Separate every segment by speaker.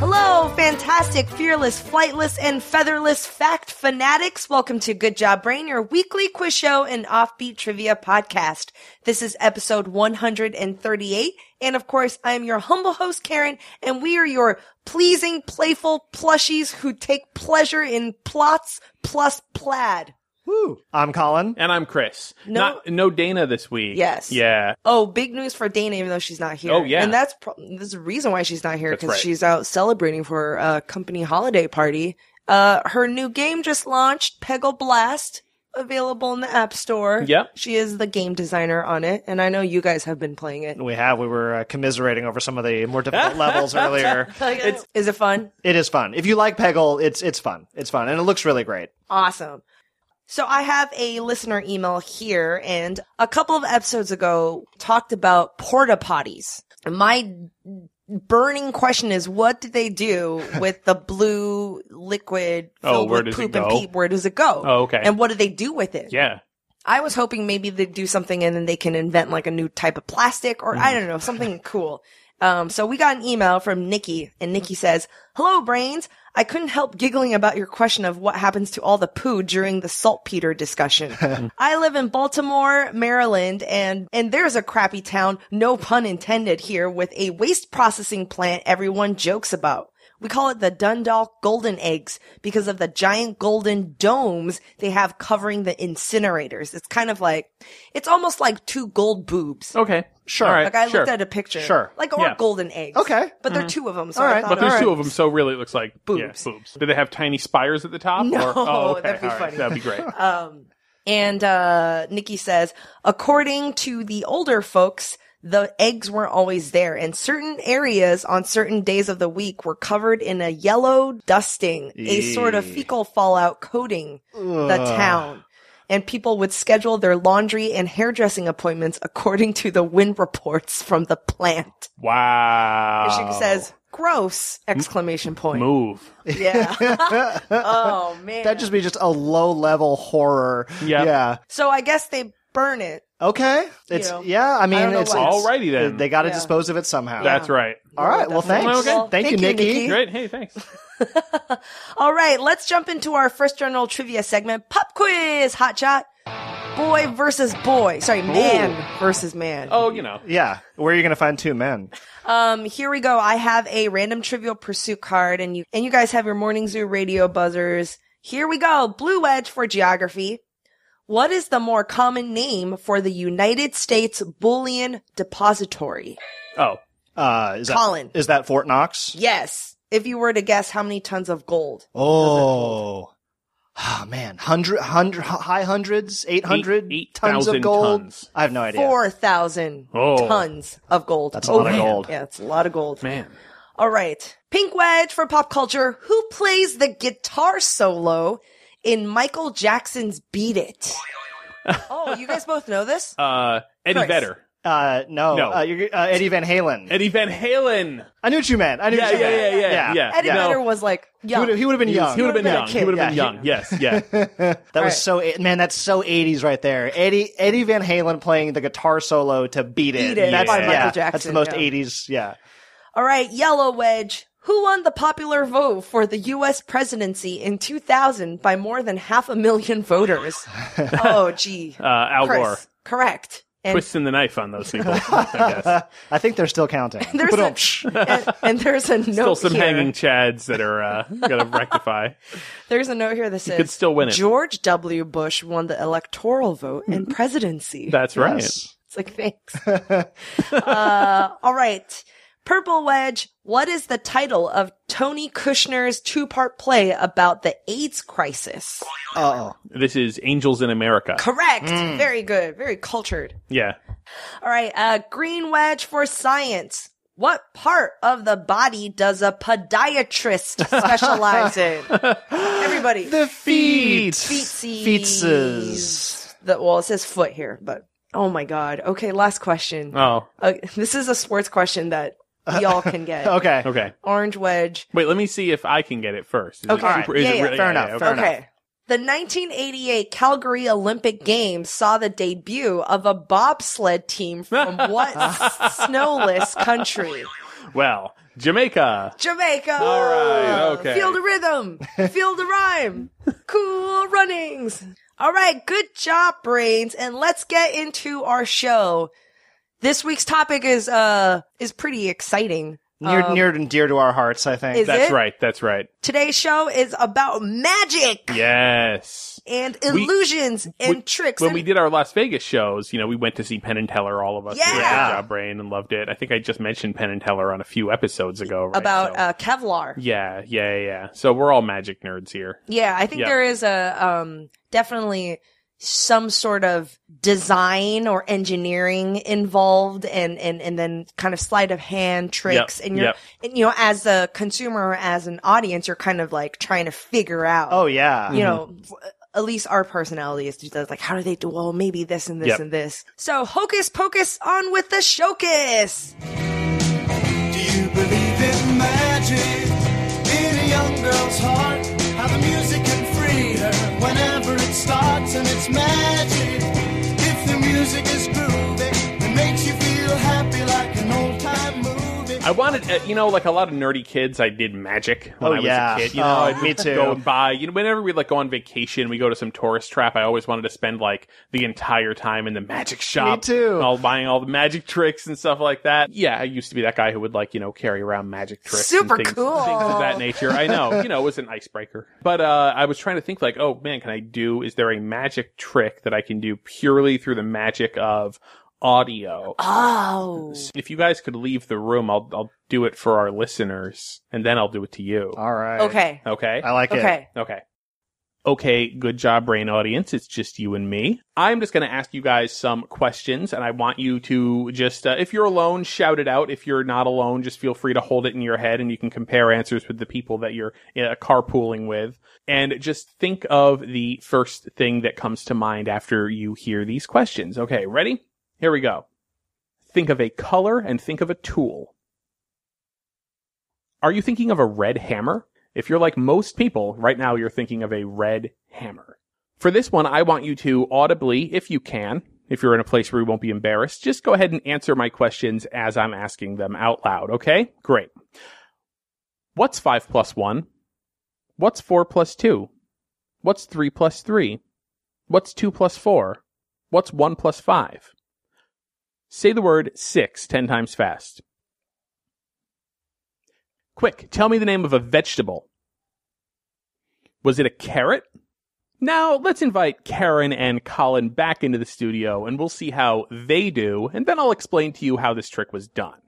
Speaker 1: Hello, fantastic, fearless, flightless, and featherless fact fanatics. Welcome to Good Job Brain, your weekly quiz show and offbeat trivia podcast. This is episode 138. And of course, I am your humble host, Karen, and we are your pleasing, playful plushies who take pleasure in plots plus plaid.
Speaker 2: Woo. I'm Colin.
Speaker 3: And I'm Chris.
Speaker 1: No-
Speaker 3: No, Not, no Dana this week.
Speaker 1: Yes.
Speaker 3: Yeah.
Speaker 1: Oh, big news for Dana, even though she's not here.
Speaker 3: Oh, yeah.
Speaker 1: and that's pro- there's a reason why she's not here
Speaker 3: That's
Speaker 1: because
Speaker 3: right.
Speaker 1: she's out celebrating for her uh, company holiday party. Uh, her new game just launched, Peggle Blast, available in the App Store.
Speaker 3: Yep.
Speaker 1: she is the game designer on it, and I know you guys have been playing it.
Speaker 2: We have. We were uh, commiserating over some of the more difficult levels earlier.
Speaker 1: It's, is it fun?
Speaker 2: It is fun. If you like Peggle, it's it's fun. It's fun, and it looks really great.
Speaker 1: Awesome. So I have a listener email here and a couple of episodes ago talked about porta potties. And My burning question is what did they do with the blue liquid
Speaker 3: Oh,
Speaker 1: filled
Speaker 3: where
Speaker 1: with
Speaker 3: does it
Speaker 1: poop and
Speaker 3: go?
Speaker 1: pee? Where does it go?
Speaker 3: Oh, okay.
Speaker 1: And what do they do with it?
Speaker 3: Yeah.
Speaker 1: I was hoping maybe they'd do something and then they can invent like a new type of plastic or I don't know, something cool. Um, so we got an email from Nikki and Nikki says, Hello, brains. I couldn't help giggling about your question of what happens to all the poo during the saltpeter discussion. I live in Baltimore, Maryland, and, and there's a crappy town, no pun intended here, with a waste processing plant everyone jokes about. We call it the Dundalk Golden Eggs because of the giant golden domes they have covering the incinerators. It's kind of like, it's almost like two gold boobs.
Speaker 3: Okay. Sure. All right.
Speaker 1: Like I
Speaker 3: Oh, sure.
Speaker 1: looked at a picture.
Speaker 2: Sure.
Speaker 1: Like, or
Speaker 3: Yeah. Mm-hmm.
Speaker 1: golden eggs.
Speaker 2: Okay.
Speaker 1: But there are two of them. So
Speaker 2: All
Speaker 1: I
Speaker 2: right.
Speaker 1: thought
Speaker 3: but
Speaker 1: it
Speaker 3: there's
Speaker 1: was-
Speaker 3: two of them, so really it looks like
Speaker 1: Boobs.
Speaker 3: Yeah, boobs. Do they have tiny spires at the top?
Speaker 1: No,
Speaker 3: Or, oh, okay.
Speaker 1: that'd be
Speaker 3: All right.
Speaker 1: funny.
Speaker 3: That'd be great.
Speaker 1: Um, and uh, Nikki says, according to the older folks, the eggs weren't always there, and certain areas on certain days of the week were covered in a yellow dusting, a sort of
Speaker 2: Eee.
Speaker 1: fecal fallout coating the
Speaker 2: Ugh.
Speaker 1: town. And people would schedule their laundry and hairdressing appointments according to the wind reports from the plant.
Speaker 3: wow.
Speaker 1: And she says, gross! Exclamation point.
Speaker 3: move.
Speaker 1: Yeah. oh, man.
Speaker 2: That'd just be just a low level horror.
Speaker 3: Yeah.
Speaker 2: Yeah.
Speaker 1: so I guess they burn it.
Speaker 2: Okay. It's
Speaker 1: know.
Speaker 2: yeah. I mean,
Speaker 1: I don't know
Speaker 2: it's,
Speaker 1: why.
Speaker 2: it's-
Speaker 3: Alrighty then.
Speaker 2: They got to
Speaker 1: Yeah.
Speaker 2: dispose of it somehow.
Speaker 1: Yeah.
Speaker 3: That's right.
Speaker 2: All right. Well,
Speaker 1: Definitely.
Speaker 2: thanks.
Speaker 3: Okay. Well,
Speaker 2: thank, you, Nikki.
Speaker 3: Great. Hey, thanks.
Speaker 1: All right, let's jump into our first general trivia segment pop quiz, hot shot. Boy versus boy. Sorry, man versus man.
Speaker 3: Oh, you know.
Speaker 2: Yeah. Where are you going to find two men?
Speaker 1: Um, here we go. I have a random trivial pursuit card and you and you guys have your morning zoo radio buzzers. Here we go. Blue wedge for geography. What is the more common name for the United States Bullion Depository?
Speaker 3: Oh,
Speaker 2: Uh, is that,
Speaker 1: Colin.
Speaker 2: Is that Fort Knox?
Speaker 1: Yes. If you were to guess how many tons of gold.
Speaker 2: Oh. Oh man, hundred, hundred, high hundreds, eight hundred
Speaker 3: Eight- eight
Speaker 2: tons of
Speaker 3: thousand
Speaker 2: gold.
Speaker 3: tons.
Speaker 2: I have no idea.
Speaker 1: Four thousand
Speaker 3: Oh.
Speaker 1: tons of gold. Oh,
Speaker 2: That's a lot of
Speaker 1: man.
Speaker 2: gold.
Speaker 1: Yeah, it's a lot of gold.
Speaker 3: man.
Speaker 1: All right, pink wedge for pop culture. Who plays the guitar solo in Michael Jackson's "Beat It"? oh, you guys both know this.
Speaker 3: Uh, Eddie
Speaker 1: Chris.
Speaker 3: Vedder.
Speaker 2: Uh, no,
Speaker 3: No.
Speaker 2: Uh, you're, uh, Eddie Van Halen.
Speaker 3: Eddie Van Halen.
Speaker 2: I knew what you meant. I knew
Speaker 3: Yeah,
Speaker 2: what you
Speaker 3: yeah,
Speaker 2: meant.
Speaker 3: yeah, yeah, yeah.
Speaker 1: Eddie
Speaker 3: yeah.
Speaker 1: Vedder
Speaker 3: No.
Speaker 1: was like
Speaker 2: He
Speaker 1: young.
Speaker 2: would have been young.
Speaker 3: He would have been
Speaker 1: been a
Speaker 3: young.
Speaker 1: kid.
Speaker 3: He would have been
Speaker 2: Yeah,
Speaker 3: young. Yes. Yeah.
Speaker 2: that
Speaker 1: Right.
Speaker 2: was so eight- man. That's so eighties right there. Eddie Eddie Van Halen playing the guitar solo to "Beat It."
Speaker 1: Beat It
Speaker 2: That's,
Speaker 3: by Michael
Speaker 2: yeah,
Speaker 1: Jackson,
Speaker 2: That's the most
Speaker 1: yeah.
Speaker 2: eighties. Yeah.
Speaker 1: All right, yellow wedge. Who won the popular vote for the U.S. presidency in 2000 by more than half a million voters? oh, gee.
Speaker 3: Uh, Al
Speaker 1: Chris,
Speaker 3: Gore.
Speaker 1: correct. And
Speaker 3: Twisting the knife on those people. I guess.
Speaker 2: I think they're still counting.
Speaker 1: There's a, and, and there's a note
Speaker 3: Still some
Speaker 1: Oh, here.
Speaker 3: hanging chads that are uh, gonna rectify.
Speaker 1: There's a note here that says
Speaker 3: could still win it.
Speaker 1: George W. Bush won the electoral vote and presidency.
Speaker 3: That's right.
Speaker 2: Yes.
Speaker 1: it's like thanks. uh, all right, Purple Wedge. What is the title of Tony Kushner's two-part play about the AIDS crisis?
Speaker 2: Oh,
Speaker 3: This is Angels in America.
Speaker 1: Correct. Very good. Very cultured.
Speaker 3: Yeah.
Speaker 1: All right. Uh, green Wedge for science. What part of the body does a podiatrist specialize in? Everybody.
Speaker 2: the feet.
Speaker 1: Feetsies.
Speaker 2: Feetses.
Speaker 1: The, well, it says foot here, but oh my god. Okay, last question.
Speaker 3: Oh.
Speaker 1: Uh, this is a sports question that we all can get.
Speaker 2: Okay.
Speaker 3: Okay.
Speaker 1: Orange Wedge.
Speaker 3: Wait, let me see if I can get it first. Is it
Speaker 1: Okay.
Speaker 3: super- is
Speaker 1: Yeah,
Speaker 3: it
Speaker 1: yeah,
Speaker 3: really-
Speaker 2: fair enough,
Speaker 3: okay.
Speaker 2: fair enough.
Speaker 1: Okay. The 1988 Calgary Olympic Games saw the debut of a bobsled team from what s- snowless country?
Speaker 3: Well, Jamaica.
Speaker 1: Jamaica.
Speaker 3: All right, okay.
Speaker 1: Feel the rhythm. Feel the rhyme. Cool runnings. All right. Good job, brains. And let's get into our show. This week's topic is uh is pretty exciting.
Speaker 2: Near,
Speaker 1: Um,
Speaker 2: near and dear to our hearts, I think.
Speaker 1: Is
Speaker 3: That's
Speaker 1: it?
Speaker 3: right. That's right.
Speaker 1: Today's show is about magic
Speaker 3: Yes.
Speaker 1: and
Speaker 3: We-
Speaker 1: illusions and
Speaker 3: we-
Speaker 1: tricks.
Speaker 3: When
Speaker 1: and-
Speaker 3: we did our Las Vegas shows, you know, we went to see Penn and Teller, all of us.
Speaker 1: Yeah.
Speaker 3: We went to Job Brain and loved it. I think I just mentioned Penn and Teller on a few episodes ago. Right?
Speaker 1: about
Speaker 3: So-
Speaker 1: uh, Kevlar.
Speaker 3: yeah, yeah, yeah. So we're all magic nerds here.
Speaker 1: Yeah, I think
Speaker 3: Yeah.
Speaker 1: there is a um definitely some sort of design or engineering involved and and and then kind of sleight of hand tricks and you're
Speaker 3: yep.
Speaker 1: and you know as a consumer or as an audience you're kind of like trying to figure out
Speaker 2: oh, yeah.
Speaker 3: mm-hmm.
Speaker 1: you know f- at least our personality is to do that, like how do they do well maybe this and this
Speaker 3: Yep.
Speaker 1: and this so hocus pocus on with the showcase
Speaker 4: Do you believe in magic in a young girl's heart? How the music can free her whenever it starts, and it's magic. If the music is groovy, it makes you feel happy like an old time movie.
Speaker 3: I wanted, uh, you know, like a lot of nerdy kids, I did magic when
Speaker 2: Oh,
Speaker 3: I was
Speaker 2: yeah.
Speaker 3: a kid. You know,
Speaker 2: Oh,
Speaker 3: I'd
Speaker 2: me
Speaker 3: just
Speaker 2: too.
Speaker 3: go and buy, you know, whenever we like go on vacation, we go to some tourist trap. I always wanted to spend like the entire time in the magic shop.
Speaker 2: too.
Speaker 3: and All buying all the magic tricks and stuff like that. Yeah, I used to be that guy who would like, you know, carry around magic tricks.
Speaker 1: Super
Speaker 3: and things,
Speaker 1: cool.
Speaker 3: Things of that nature. I know, you know, it was an icebreaker. But, uh, I was trying to think like, oh man, can I do, is there a magic trick that I can do purely through the magic of audio?
Speaker 1: oh
Speaker 3: If you guys could leave the room, I'll I'll do it for our listeners, and then I'll do it to you.
Speaker 2: All right.
Speaker 1: okay
Speaker 3: Okay.
Speaker 2: I like it.
Speaker 1: okay
Speaker 3: Okay. Okay, good job, brain audience. It's just you and me. I'm just going to ask you guys some questions, and I want you to just, uh, if you're alone, shout it out. If you're not alone, just feel free to hold it in your head, and you can compare answers with the people that you're uh, carpooling with. And just think of the first thing that comes to mind after you hear these questions. Okay, ready? Here we go. Think of a color and think of a tool. Are you thinking of a red hammer? If you're like most people, right now you're thinking of a red hammer. For this one, I want you to audibly, if you can, if you're in a place where you won't be embarrassed, just go ahead and answer my questions as I'm asking them out loud, okay? Great. What's 5 plus 1? What's 4 plus 2? What's 3 plus 3? What's 2 plus 4? What's 1 plus 5? Say the word 6 10 times fast. Quick, tell me the name of a vegetable. Was it a carrot? Now, let's invite Karen and Colin back into the studio and we'll see how they do, and then I'll explain to you how this trick was done.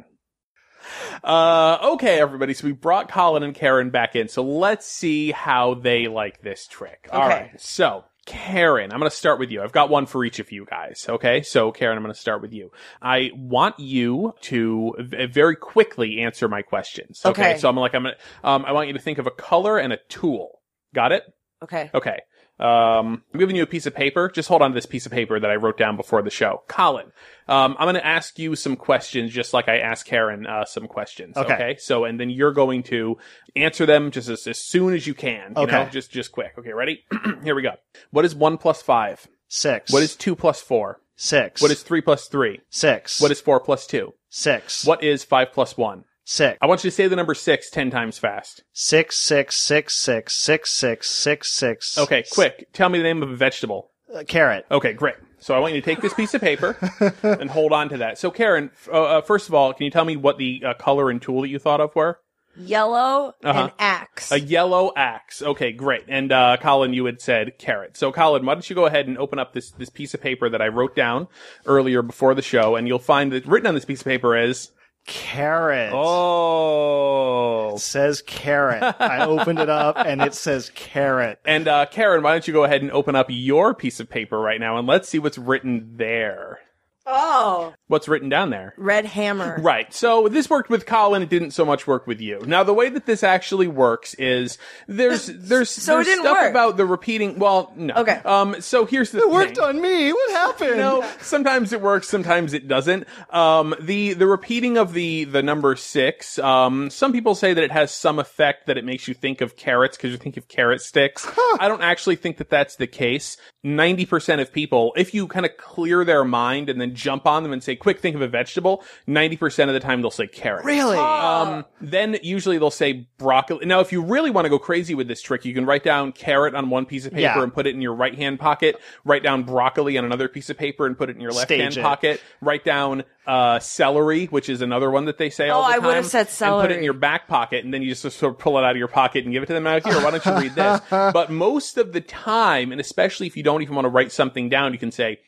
Speaker 3: Uh, okay, everybody, so we brought Colin and Karen back in, so let's see how they like this trick. All
Speaker 1: Okay.
Speaker 3: right, so Karen, I'm going to start with you. I've got one for each of you guys, okay? So, Karen, I'm going to start with you. I want you to v- very quickly answer my questions.
Speaker 1: Okay.
Speaker 3: So I'm like, I'm gonna, um, I want you to think of a color and a tool. Got it?
Speaker 1: okay
Speaker 3: Okay. Um, I'm giving you a piece of paper. Just hold on to this piece of paper that I wrote down before the show. Colin, um, I'm going to ask you some questions, just like I asked Karen uh, some questions.
Speaker 2: Okay.
Speaker 3: So, and then you're going to answer them just as, as soon as you can. You
Speaker 2: Okay.
Speaker 3: Know? Just just quick. Okay. Ready? Here we go. What is one plus five?
Speaker 2: Six.
Speaker 3: What is two plus four?
Speaker 2: six?
Speaker 3: What is three plus three?
Speaker 2: six?
Speaker 3: What is four plus two?
Speaker 2: six?
Speaker 3: What is five plus one?
Speaker 2: six?
Speaker 3: I want you to say the number six ten times fast.
Speaker 2: Six six six six six six six six.
Speaker 3: Okay, quick. Tell me the name of a vegetable.
Speaker 2: Uh, carrot.
Speaker 3: Okay, great. So I want you to take this piece of paper and hold on to that. So Karen, f- uh, uh, first of all, can you tell me what the uh, color and tool that you thought of were?
Speaker 1: yellow and
Speaker 3: Uh-huh.
Speaker 1: axe
Speaker 3: A yellow axe. Okay, great. And uh, Colin, you had said carrot. So Colin, why don't you go ahead and open up this this piece of paper that I wrote down earlier before the show, and you'll find that written on this piece of paper is
Speaker 2: Carrot.
Speaker 3: oh.
Speaker 2: It says carrot. I opened it up and it says carrot.
Speaker 3: And uh, Karen, why don't you go ahead and open up your piece of paper right now, and let's see what's written there.
Speaker 1: Oh,
Speaker 3: what's written down there.
Speaker 1: Red Hammer.
Speaker 3: Right. So this worked with Colin. It didn't so much work with you. Now the way that this actually works is there's there's
Speaker 1: So it
Speaker 3: there's
Speaker 1: didn't
Speaker 3: stuff
Speaker 1: work.
Speaker 3: about the repeating. Well, no.
Speaker 1: Okay.
Speaker 3: Um. So here's the
Speaker 2: It worked
Speaker 3: thing.
Speaker 2: on me. What happened?
Speaker 3: No, sometimes it works, sometimes it doesn't. Um, the the repeating of the the number six. Um, some people say that it has some effect that it makes you think of carrots because you think of carrot sticks. I don't actually think that that's the case. Ninety percent of people, if you kind of clear their mind and then jump on them and say, "Quick, think of a vegetable," ninety percent of the time they'll say carrot.
Speaker 2: Really?
Speaker 3: Um, then usually they'll say broccoli. Now, if you really want to go crazy with this trick, you can write down carrot on one piece of paper
Speaker 2: Yeah.
Speaker 3: and put it in your right hand pocket. Write down broccoli on another piece of paper and put it in your left
Speaker 2: Stage
Speaker 3: hand
Speaker 2: it.
Speaker 3: pocket. Write down uh, celery, which is another one that they say all
Speaker 1: Oh,
Speaker 3: the
Speaker 1: I
Speaker 3: time.
Speaker 1: would have said
Speaker 3: And put it in
Speaker 1: celery.
Speaker 3: your back pocket, and then you just sort of pull it out of your pocket and give it to them out here. Why don't you read this? But most of the time, and especially if you don't even want to write something down, you can say.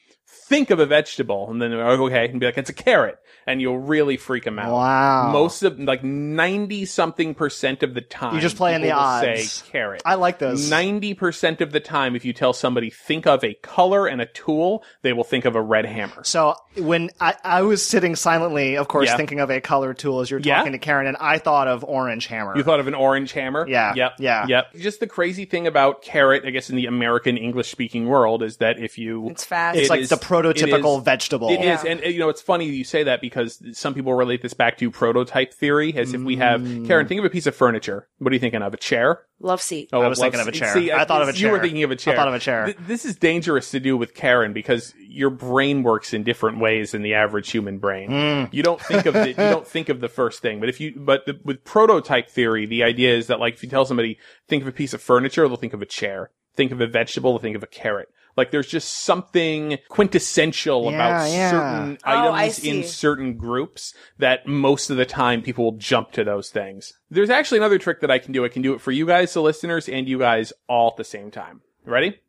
Speaker 3: Think of a vegetable, and then they're like, okay, and be like, it's a carrot, and you'll really freak them out.
Speaker 2: Wow.
Speaker 3: Most of like ninety something percent of the time,
Speaker 2: You just play in
Speaker 3: people will
Speaker 2: the odds.
Speaker 3: Say carrot.
Speaker 2: I like those.
Speaker 3: Ninety percent of the time, if you tell somebody think of a color and a tool, they will think of a red hammer.
Speaker 2: So when I, I was sitting silently, of course,
Speaker 3: Yeah.
Speaker 2: thinking of a color tool as you're
Speaker 3: Yeah.
Speaker 2: talking to Karen, and I thought of orange hammer.
Speaker 3: You thought of an orange hammer?
Speaker 2: Yeah,
Speaker 3: Yep.
Speaker 2: yeah.
Speaker 3: Yep. Just the crazy thing about carrot, I guess, in the American English speaking world is that if you
Speaker 1: It's fast.
Speaker 2: it's
Speaker 3: it
Speaker 2: like
Speaker 3: is-
Speaker 2: the
Speaker 3: it
Speaker 2: prototypical
Speaker 3: is-
Speaker 2: vegetable.
Speaker 3: It is, and uh, you know, it's funny you say that because some people relate this back to prototype theory, as if we have
Speaker 2: Mm.
Speaker 3: Karen. Think of a piece of furniture. What are you thinking of? A chair?
Speaker 1: Love seat.
Speaker 3: Oh,
Speaker 2: I was
Speaker 3: well,
Speaker 2: thinking of a
Speaker 3: see,
Speaker 2: chair.
Speaker 3: see,
Speaker 2: I thought of a
Speaker 3: You were
Speaker 2: chair.
Speaker 3: thinking of a
Speaker 2: I
Speaker 3: chair.
Speaker 2: thought of a chair.
Speaker 3: Th- this is dangerous to do with Karen because your brain works in different ways than the average human brain.
Speaker 2: Mm.
Speaker 3: You don't think of the, you don't think of the first thing, but if you but the, with prototype theory, the idea is that like if you tell somebody think of a piece of furniture, they'll think of a chair. Think of a vegetable, they'll think of a carrot. Like there's just something quintessential
Speaker 2: Yeah,
Speaker 3: about
Speaker 2: yeah.
Speaker 3: certain
Speaker 1: Oh, I
Speaker 3: items
Speaker 1: see.
Speaker 3: in certain groups that most of the time people will jump to those things. There's actually another trick that I can do. I can do it for you guys, the listeners, and you guys all at the same time. Ready?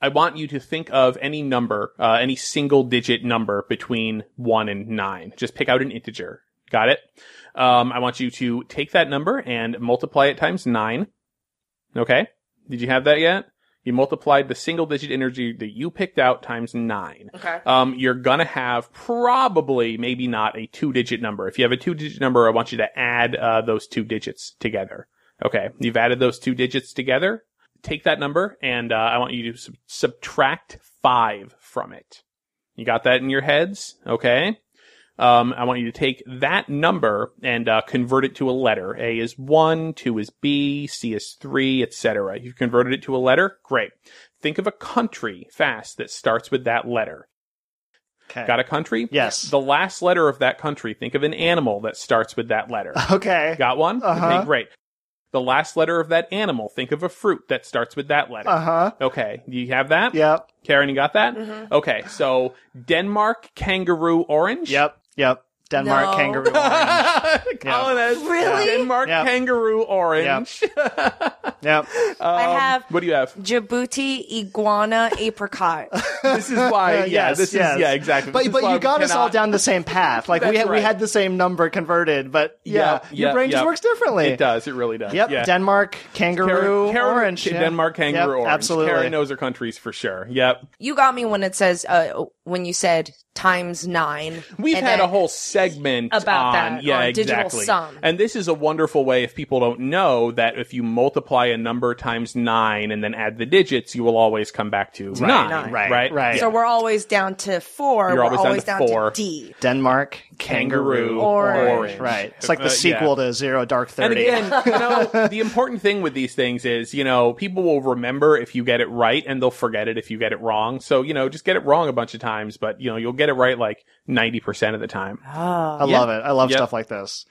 Speaker 3: I want you to think of any number, uh, any single digit number between one and nine. Just pick out an integer. Got it? Um, I want you to take that number and multiply it times nine. Okay? Did you have that yet? You multiplied the single digit integer that you picked out times nine
Speaker 1: Okay.
Speaker 3: um, you're gonna have probably maybe not a two digit number. If you have a two digit number, I want you to add uh, those two digits together. Okay, you've added those two digits together. Take that number, and uh, I want you to sub- subtract five from it. You got that in your heads, okay? Um, I want you to take that number and uh, convert it to a letter. A is one, two is B, C is three, etc. You've converted it to a letter. Great. Think of a country fast that starts with that letter.
Speaker 2: okay.
Speaker 3: Got a country?
Speaker 2: Yes.
Speaker 3: The last letter of that country, think of an animal that starts with that letter.
Speaker 2: Okay.
Speaker 3: Got one?
Speaker 2: Uh-huh.
Speaker 3: Okay, great. The last letter of that animal, think of a fruit that starts with that letter.
Speaker 2: Uh huh.
Speaker 3: Okay, do you have that?
Speaker 2: Yep.
Speaker 3: Karen, you got that?
Speaker 1: Mm-hmm.
Speaker 3: Okay, so Denmark, kangaroo, orange.
Speaker 2: Yep. Yep. Denmark
Speaker 1: No.
Speaker 2: kangaroo.
Speaker 3: Colin,
Speaker 2: orange.
Speaker 3: that is
Speaker 1: Really?
Speaker 3: Denmark,
Speaker 2: Yeah.
Speaker 3: kangaroo, orange.
Speaker 2: yep.
Speaker 1: I
Speaker 3: Um,
Speaker 1: have
Speaker 3: What do you have?
Speaker 1: Djibouti iguana apricot.
Speaker 3: This is why.
Speaker 2: Uh,
Speaker 3: yeah, this
Speaker 2: yes.
Speaker 3: is yeah, exactly. This
Speaker 2: But
Speaker 3: is
Speaker 2: but
Speaker 3: why
Speaker 2: you
Speaker 3: we
Speaker 2: got us all
Speaker 3: cannot-
Speaker 2: down the same path. Like we
Speaker 3: That's
Speaker 2: had, we
Speaker 3: right.
Speaker 2: had the same number converted, but yeah,
Speaker 3: Yep,
Speaker 2: your
Speaker 3: yep,
Speaker 2: brain just
Speaker 3: yep.
Speaker 2: works differently.
Speaker 3: It does. It really does.
Speaker 2: Yep.
Speaker 3: Yeah.
Speaker 2: Denmark kangaroo
Speaker 3: Karen- Karen-
Speaker 2: orange. yeah.
Speaker 3: Denmark kangaroo
Speaker 2: Yep,
Speaker 3: orange.
Speaker 2: Absolutely.
Speaker 3: Karen knows her countries for sure. Yep.
Speaker 1: You got me when it says uh, when you said times nine.
Speaker 3: We've
Speaker 1: and
Speaker 3: had
Speaker 1: then-
Speaker 3: a whole segment
Speaker 1: about
Speaker 3: on,
Speaker 1: that,
Speaker 3: yeah,
Speaker 1: on digital
Speaker 3: exactly.
Speaker 1: sum.
Speaker 3: And this is a wonderful way if people don't know that if you multiply a number times nine and then add the digits, you will always come back to nine,
Speaker 1: nine.
Speaker 3: Right.
Speaker 2: Right, right.
Speaker 1: So we're always down to 4
Speaker 3: You're
Speaker 1: we're
Speaker 3: always
Speaker 1: always,
Speaker 3: down to
Speaker 1: down,
Speaker 3: four.
Speaker 1: to D.
Speaker 2: Denmark kangaroo.
Speaker 3: kangaroo,
Speaker 1: Orange.
Speaker 2: Right. It's like the
Speaker 3: Uh, yeah.
Speaker 2: sequel to Zero Dark
Speaker 3: And
Speaker 2: Thirty.
Speaker 3: again, you know, the important thing with these things is, you know, people will remember if you get it right and they'll forget it if you get it wrong. So, you know, just get it wrong a bunch of times, but, you know, you'll get it right like 90% of the time.
Speaker 2: I
Speaker 3: Yeah.
Speaker 2: love it. I love
Speaker 3: Yep.
Speaker 2: stuff like this.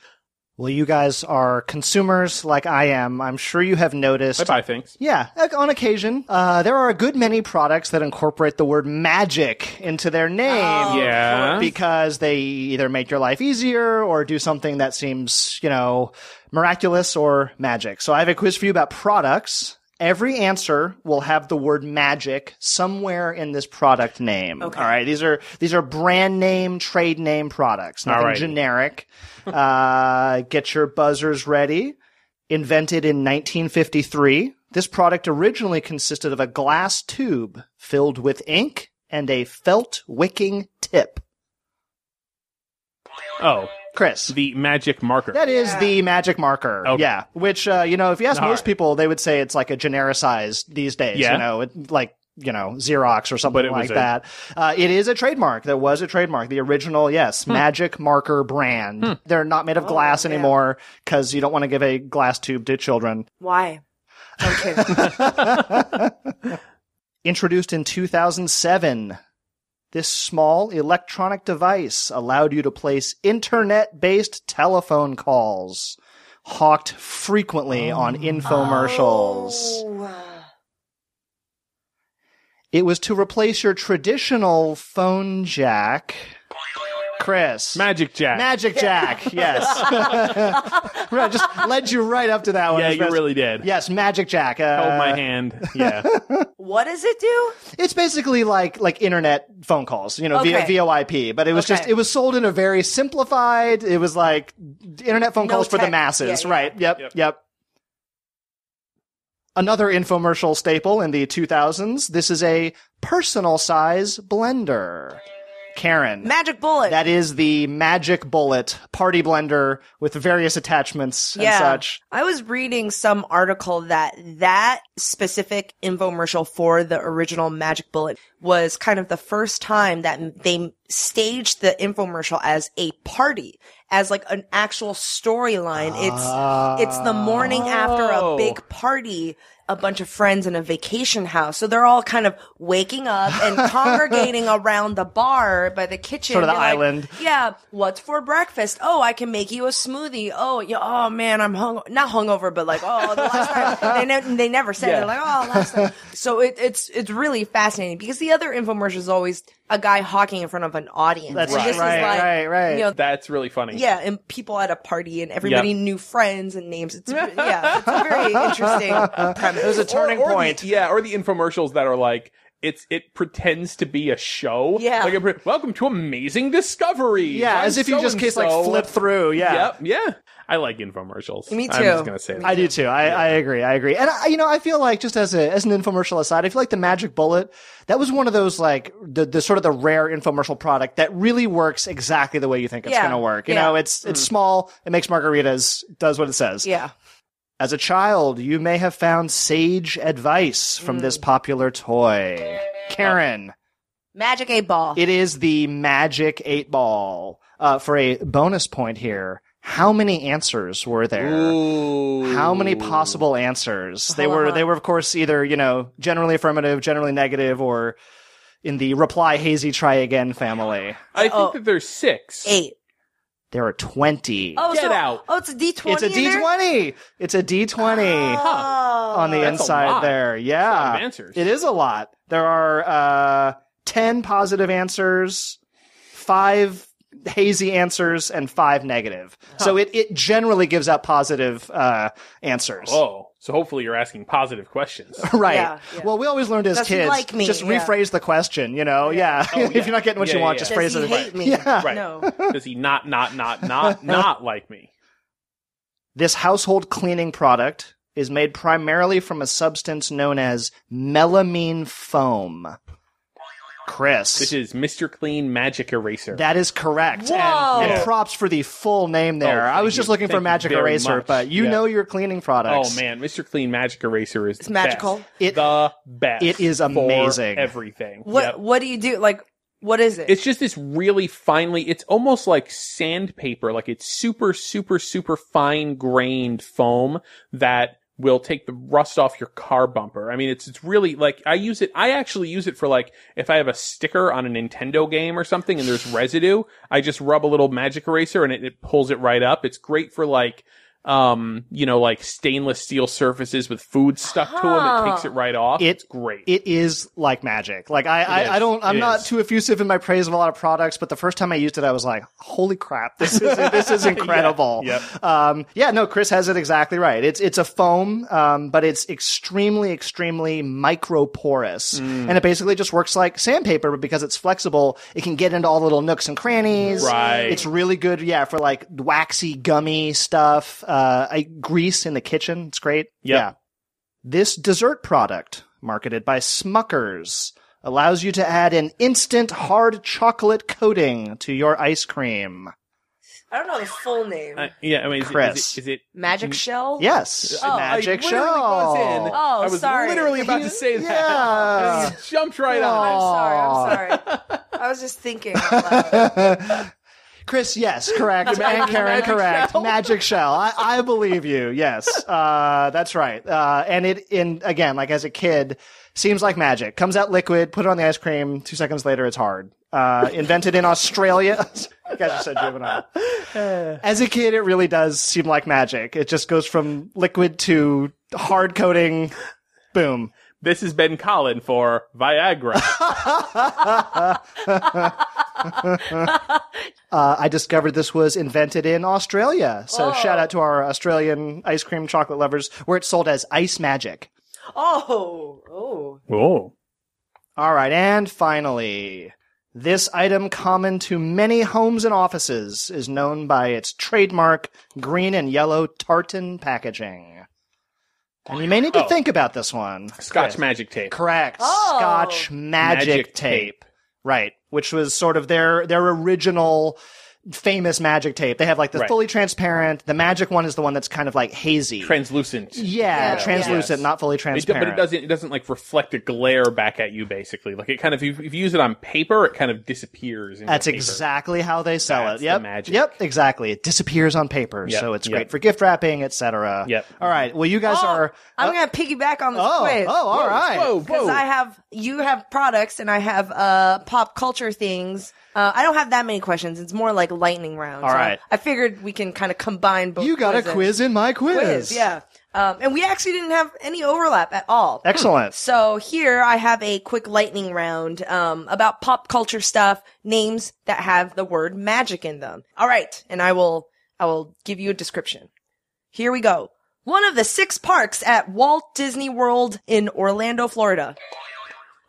Speaker 2: Well, you guys are consumers like I am. I'm sure you have noticed.
Speaker 3: I buy things.
Speaker 2: Yeah, like, on occasion, uh, there are a good many products that incorporate the word magic into their name.
Speaker 3: yeah.
Speaker 2: Because they either make your life easier or do something that seems, you know, miraculous or magic. So I have a quiz for you about products. Every answer will have the word magic somewhere in this product name. All right. These are these are brand name, trade name products, nothing
Speaker 3: Alrighty.
Speaker 2: generic. uh, get your buzzers ready invented in 1953. This product originally consisted of a glass tube filled with ink and a felt wicking tip.
Speaker 3: Oh,
Speaker 2: Chris.
Speaker 3: the magic marker.
Speaker 2: that is the magic marker.
Speaker 3: Okay.
Speaker 2: Yeah. Which, uh, you know, if you ask
Speaker 3: All
Speaker 2: most
Speaker 3: right.
Speaker 2: people, they would say it's like a genericized these days.
Speaker 3: Yeah.
Speaker 2: You know, it, like, you know, Xerox or something
Speaker 3: But it
Speaker 2: like
Speaker 3: was a-
Speaker 2: that. Uh, it is a trademark. There was a trademark. The original, yes,
Speaker 3: Hmm.
Speaker 2: magic marker brand. They're not made of glass
Speaker 1: yeah.
Speaker 2: anymore because you don't want to give a glass tube to children.
Speaker 1: Why? Okay.
Speaker 2: Introduced in 2007, this small electronic device allowed you to place internet based telephone calls, hawked frequently on infomercials.
Speaker 1: Oh.
Speaker 2: It was to replace your traditional phone jack. Chris.
Speaker 3: Magic Jack.
Speaker 2: Magic Jack, yes. right, just led you right up to that one.
Speaker 3: yeah,
Speaker 2: It was
Speaker 3: you
Speaker 2: best-
Speaker 3: really did.
Speaker 2: Yes, Magic Jack. Uh,
Speaker 3: Held my hand. Yeah.
Speaker 1: What does it do?
Speaker 2: It's basically like like internet phone calls, you know,
Speaker 1: Okay.
Speaker 2: via VoIP. But it was just
Speaker 1: Okay.
Speaker 2: it was sold in a very simplified. It was like internet phone
Speaker 1: No
Speaker 2: calls for the
Speaker 1: tech.
Speaker 2: masses,
Speaker 1: Yeah, yeah.
Speaker 2: right? Yep,
Speaker 3: Yep.
Speaker 2: yep, Another infomercial staple in the 2000s. This is a personal size blender, Karen.
Speaker 1: Magic bullet.
Speaker 2: that is the Magic Bullet party blender with various attachments and such.
Speaker 1: I was reading some article that that specific infomercial for the original Magic Bullet was kind of the first time that they staged the infomercial as a party, as like an actual storyline. It's it's the morning after a
Speaker 3: Oh.
Speaker 1: big party, a bunch of friends in a vacation house. So they're all kind of waking up and congregating around the bar by the kitchen.
Speaker 2: Sort of the
Speaker 1: They're like,
Speaker 2: island.
Speaker 1: yeah. What's for breakfast? Oh, I can make you a smoothie. Oh, you, oh man, I'm hung, not hungover, but like, oh, the last time they, ne- they never said
Speaker 3: Yeah.
Speaker 1: it. Like, oh, last time. So it, it's, it's really fascinating because the other infomercial is always a guy hawking in front of an audience.
Speaker 2: That's
Speaker 1: And
Speaker 3: right.
Speaker 1: This is
Speaker 2: Right,
Speaker 1: like,
Speaker 2: right, right.
Speaker 1: You know,
Speaker 3: That's really funny.
Speaker 1: yeah, and people at a party and everybody
Speaker 3: Yep.
Speaker 1: knew friends and names. It's yeah, it's a very interesting premise.
Speaker 2: There's a turning
Speaker 3: or the-
Speaker 2: point.
Speaker 3: yeah, or the infomercials that are like it's it pretends to be a show.
Speaker 1: Yeah.
Speaker 3: like it pre- welcome to Amazing Discovery.
Speaker 2: yeah,
Speaker 3: I'm
Speaker 2: as if you just case like
Speaker 3: so-and-so."
Speaker 2: flip through. Yeah.
Speaker 3: Yep, yeah. I like infomercials.
Speaker 1: Me
Speaker 3: I'm
Speaker 1: too.
Speaker 3: just gonna say that.
Speaker 2: I do too. I, I agree. I agree. And I, you know, I feel like just as a as an infomercial aside, I feel like the Magic Bullet that was one of those like the the sort of the rare infomercial product that really works exactly the way you think it's
Speaker 1: Yeah.
Speaker 2: going to work. You
Speaker 1: Yeah. Mm.
Speaker 2: know, it's it's small. It makes margaritas. Does what it says.
Speaker 1: yeah.
Speaker 2: As a child, you may have found sage advice from
Speaker 1: Mm.
Speaker 2: this popular toy, Karen.
Speaker 1: Magic eight ball.
Speaker 2: It is the Magic Eight Ball. Uh, for a bonus point here, how many answers were there?
Speaker 3: Ooh.
Speaker 2: how many possible answers they
Speaker 1: Hold on,
Speaker 2: were
Speaker 1: hold on.
Speaker 2: they were of course either you know generally affirmative generally negative or in the reply hazy try again family
Speaker 3: I think
Speaker 1: Oh.
Speaker 3: that there's six.
Speaker 1: eight.
Speaker 2: there are 20
Speaker 1: Oh,
Speaker 3: Get
Speaker 1: so,
Speaker 3: out.
Speaker 1: Oh, it's a D twenty. Ah,
Speaker 2: it's a d20 it's a d20
Speaker 1: Oh.
Speaker 2: on the
Speaker 3: That's a lot.
Speaker 2: inside there yeah
Speaker 3: lot of answers.
Speaker 2: it is a lot there are uh 10 positive answers 5 hazy answers and 5 negative so it, it generally gives out positive uh answers
Speaker 3: Oh, so hopefully you're asking positive questions.
Speaker 2: Right.
Speaker 1: Yeah, yeah.
Speaker 2: Well, we always learned as
Speaker 1: Does he
Speaker 2: kids.
Speaker 1: like me?
Speaker 2: Just
Speaker 1: Yeah.
Speaker 2: rephrase the question, you know? Yeah. if you're not getting what
Speaker 3: Yeah,
Speaker 2: you
Speaker 3: Oh, yeah,
Speaker 2: want,
Speaker 3: yeah.
Speaker 2: just
Speaker 1: Does
Speaker 2: phrase
Speaker 1: he
Speaker 2: it.
Speaker 1: hate
Speaker 2: right.
Speaker 1: me?
Speaker 2: Yeah.
Speaker 3: Right.
Speaker 1: No.
Speaker 3: Does he not, not, not, not, not like me?
Speaker 2: This household cleaning product is made primarily from a substance known as melamine foam. Chris.
Speaker 3: This is Mr. Clean Magic Eraser.
Speaker 2: that is correct. And-
Speaker 1: Whoa.
Speaker 2: And,
Speaker 3: Yeah.
Speaker 2: props for the full name
Speaker 3: Oh,
Speaker 2: there. I was
Speaker 3: thank
Speaker 2: just
Speaker 3: you.
Speaker 2: looking for
Speaker 3: Thank you
Speaker 2: Magic
Speaker 3: very
Speaker 2: Eraser,
Speaker 3: much.
Speaker 2: but you
Speaker 3: Yeah.
Speaker 2: know your cleaning products.
Speaker 3: Oh man, Mr. Clean Magic Eraser is the
Speaker 1: magical.
Speaker 3: Best.
Speaker 2: It-
Speaker 3: the best.
Speaker 2: it is
Speaker 3: for
Speaker 2: amazing.
Speaker 3: everything.
Speaker 1: What
Speaker 3: Yep.
Speaker 1: What do you do? Like, what is it?
Speaker 3: It's just this really finely. It's almost like sandpaper. Like it's super, super, super fine grained foam that will take the rust off your car bumper. I mean, it's it's really like I use it. I actually use it for like if I have a sticker on a Nintendo game or something and there's residue, I just rub a little magic eraser and it, it pulls it right up. It's great for like um you know like stainless steel surfaces with food stuck to them it takes it right off
Speaker 2: Ah. It-
Speaker 3: it's great
Speaker 2: it is like magic. Like I,
Speaker 3: is.
Speaker 2: I, I don't, I'm
Speaker 3: It
Speaker 2: not
Speaker 3: is.
Speaker 2: too effusive in my praise of a lot of products, but the first time I used it, I was like, "Holy crap, this is this is incredible."
Speaker 3: Yep.
Speaker 2: Um, yeah, no, Chris has it exactly right. It's it's a foam, um, but it's extremely extremely microporous,
Speaker 3: Mm.
Speaker 2: and it basically just works like sandpaper, but because it's flexible, it can get into all the little nooks and crannies.
Speaker 3: Right.
Speaker 2: It's really good, yeah, for like waxy, gummy stuff. Uh, I, grease in the kitchen, it's great.
Speaker 3: Yep.
Speaker 2: Yeah. This dessert product, marketed by Smuckers, allows you to add an instant hard chocolate coating to your ice cream.
Speaker 1: I don't know the full name.
Speaker 3: Uh, yeah, I mean, is, it-
Speaker 2: Chris.
Speaker 3: Is, it, is it
Speaker 2: Mm,
Speaker 1: Magic Shell?
Speaker 2: Yes,
Speaker 3: Oh,
Speaker 2: magic
Speaker 3: I
Speaker 2: show.
Speaker 3: literally was in.
Speaker 1: Oh,
Speaker 3: I was
Speaker 1: sorry.
Speaker 3: literally about to say that.
Speaker 2: Yeah.
Speaker 3: And you jumped right
Speaker 1: Oh, I'm
Speaker 3: on.
Speaker 1: sorry. I'm sorry. I was just thinking. Out loud.
Speaker 2: Chris, yes, correct. and Karen,
Speaker 3: Magic
Speaker 2: correct.
Speaker 3: Shell.
Speaker 2: Magic Shell. I, I believe you. Yes, uh, that's right. Uh, and it, in again, like as a kid, seems like magic. Comes out liquid, put it on the ice cream. Two seconds later, it's hard. Uh, invented in Australia. you guys are so juvenile. As a kid, it really does seem like magic. It just goes from liquid to hard coating. Boom.
Speaker 3: This has been Colin for Viagra.
Speaker 2: Uh, I discovered this was invented in Australia. So
Speaker 1: Oh.
Speaker 2: shout out to our Australian ice cream chocolate lovers, where it's sold as Ice Magic.
Speaker 1: oh, oh.
Speaker 3: oh.
Speaker 2: All right, and finally, this item common to many homes and offices is known by its trademark green and yellow tartan packaging. And you may need to
Speaker 3: Oh.
Speaker 2: think about this one.
Speaker 3: Scotch magic tape.
Speaker 2: Correct.
Speaker 1: Oh.
Speaker 2: Scotch magic,
Speaker 3: Magic
Speaker 2: tape.
Speaker 3: tape.
Speaker 2: Right. Which was sort of their their original famous magic tape. They have like the
Speaker 3: Right.
Speaker 2: fully transparent. The magic one is the one that's kind of like hazy.
Speaker 3: Translucent.
Speaker 2: yeah,
Speaker 1: Yeah.
Speaker 3: Yes.
Speaker 2: translucent, not fully
Speaker 3: It do-
Speaker 2: transparent.
Speaker 3: but it doesn't. It doesn't like reflect a glare back at you. Basically, like it kind of. If you, if you use it on paper, it kind of disappears. Into
Speaker 2: That's
Speaker 3: paper.
Speaker 2: exactly how they sell
Speaker 3: That's
Speaker 2: it.
Speaker 3: the
Speaker 2: Yep.
Speaker 3: magic.
Speaker 2: Yep, exactly. It disappears on paper,
Speaker 3: Yep,
Speaker 2: so it's
Speaker 3: yep.
Speaker 2: great for gift wrapping, etc.
Speaker 3: Yep.
Speaker 2: All right. Well, you guys
Speaker 1: Oh,
Speaker 2: are uh,
Speaker 1: I'm gonna piggyback on this
Speaker 2: Oh,
Speaker 1: quiz.
Speaker 2: oh, all right.
Speaker 3: Whoa,
Speaker 1: because
Speaker 3: whoa.
Speaker 1: I have you have products and I have uh pop culture things. Uh, I don't have that many questions. It's more like lightning round.
Speaker 2: All
Speaker 1: So
Speaker 2: right.
Speaker 1: I figured we can kind of combine both.
Speaker 2: You got a
Speaker 1: quizzes.
Speaker 2: quiz in my quiz.
Speaker 1: Quiz, yeah. Um, and we actually didn't have any overlap at all.
Speaker 2: Excellent.
Speaker 1: So here I have a quick lightning round um, about pop culture stuff, names that have the word magic in them. All right, and I will I will give you a description. Here we go. One of the six parks at Walt Disney World in Orlando, Florida.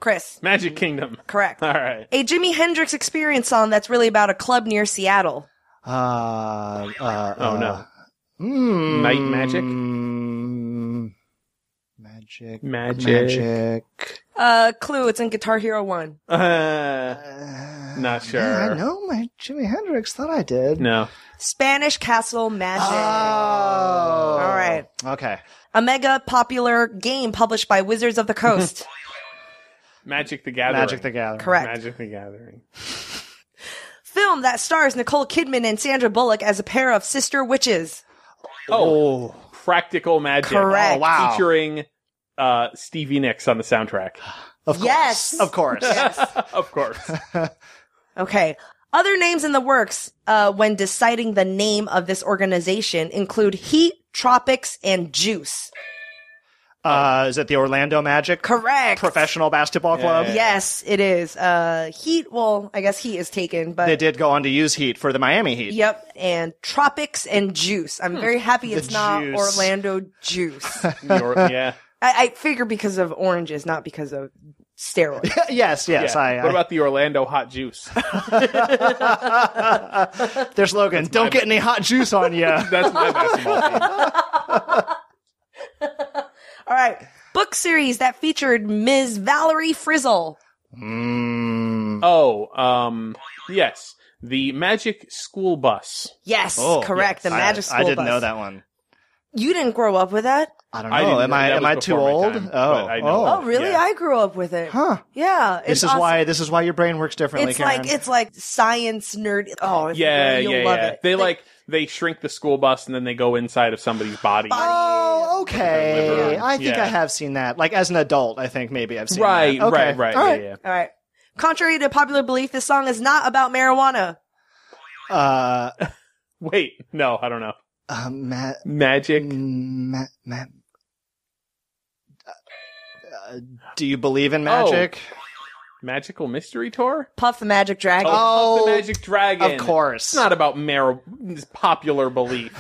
Speaker 1: Chris,
Speaker 3: Magic Kingdom.
Speaker 1: correct.
Speaker 3: All right.
Speaker 1: A Jimi Hendrix Experience song that's really about a club near Seattle.
Speaker 2: Uh, uh,
Speaker 3: Oh
Speaker 2: uh,
Speaker 3: no.
Speaker 2: Mm,
Speaker 3: Night magic?
Speaker 2: Magic.
Speaker 3: Magic.
Speaker 2: Magic.
Speaker 1: Uh, clue. It's in Guitar Hero One.
Speaker 3: Uh,
Speaker 2: Uh,
Speaker 3: Not sure.
Speaker 2: yeah, I know my Jimi Hendrix. Thought I did.
Speaker 3: no.
Speaker 1: Spanish Castle Magic.
Speaker 2: Ah. Oh.
Speaker 1: All right.
Speaker 2: Okay.
Speaker 1: A mega popular game published by Wizards of the Coast.
Speaker 3: Magic the Gathering.
Speaker 2: Magic the Gathering.
Speaker 1: Correct.
Speaker 3: Magic the Gathering.
Speaker 1: Film that stars Nicole Kidman and Sandra Bullock as a pair of sister witches.
Speaker 3: Oh, practical magic.
Speaker 1: Correct.
Speaker 2: Oh, wow.
Speaker 3: Featuring uh, Stevie Nicks on the soundtrack.
Speaker 2: Of course.
Speaker 1: Yes.
Speaker 2: Of course.
Speaker 3: of course.
Speaker 1: Okay. Other names in the works uh, when deciding the name of this organization include Heat, Tropics, and Juice.
Speaker 2: Uh, is it the Orlando Magic
Speaker 1: Correct.
Speaker 2: professional basketball club?
Speaker 3: Yeah.
Speaker 1: Yes, it is. Uh, heat, well, I guess Heat is taken, but.
Speaker 2: They did go on to use Heat for the Miami Heat.
Speaker 1: Yep, and Tropics and Juice. I'm very happy it's not
Speaker 2: juice.
Speaker 1: Orlando Juice. I,
Speaker 3: Your- yeah.
Speaker 1: I figure because of oranges, not because of steroids.
Speaker 2: Uh, yes, yes.
Speaker 3: yeah.
Speaker 2: I, I,
Speaker 3: what about the Orlando hot juice?
Speaker 2: their slogan? Don't get any hot juice on you.
Speaker 3: That's my basketball team.
Speaker 1: All right. Book series that featured Ms. Valerie Frizzle.
Speaker 2: mm.
Speaker 3: Oh, um, yes. The Magic School Bus.
Speaker 1: Yes,
Speaker 2: Oh,
Speaker 1: correct.
Speaker 2: yes.
Speaker 1: The Magic School
Speaker 2: I, I didn't
Speaker 1: Bus.
Speaker 2: know that one.
Speaker 1: You didn't grow up with that?
Speaker 2: I don't know.
Speaker 3: I didn't
Speaker 2: am
Speaker 3: know.
Speaker 2: I
Speaker 3: That
Speaker 2: am
Speaker 3: was
Speaker 2: I too
Speaker 3: before my
Speaker 2: old?
Speaker 3: time,
Speaker 2: oh,
Speaker 3: but I know
Speaker 1: Oh,
Speaker 2: oh,
Speaker 3: it.
Speaker 1: really?
Speaker 3: yeah.
Speaker 1: I grew up with it.
Speaker 2: huh.
Speaker 1: Yeah.
Speaker 2: This is
Speaker 1: awesome.
Speaker 2: why this is why your brain works differently.
Speaker 1: Oh. It's like
Speaker 2: Karen.
Speaker 1: it's like science nerd. Oh, it's
Speaker 3: Yeah,
Speaker 1: you'll
Speaker 3: yeah,
Speaker 1: love
Speaker 3: yeah.
Speaker 1: it.
Speaker 3: They like they shrink the school bus and then they go inside of somebody's body.
Speaker 2: Oh, okay.
Speaker 3: Liver.
Speaker 2: I think
Speaker 3: Yeah.
Speaker 2: I have seen that. Like as an adult, I think maybe I've seen
Speaker 3: Right,
Speaker 2: that. Okay.
Speaker 3: right, right,
Speaker 2: All
Speaker 3: Yeah,
Speaker 1: All right. Contrary to popular belief, this song is not about marijuana.
Speaker 2: Uh,
Speaker 3: yeah. Wait, no, I don't know.
Speaker 2: uh, ma-
Speaker 3: Magic.
Speaker 2: Mm. ma- ma- uh, do you believe
Speaker 3: Oh.
Speaker 2: in magic?
Speaker 3: Magical Mystery Tour?
Speaker 1: Puff the Magic Dragon.
Speaker 3: Puff
Speaker 2: Oh,
Speaker 3: the Magic Dragon.
Speaker 2: of course.
Speaker 3: It's not about mar- it's popular belief.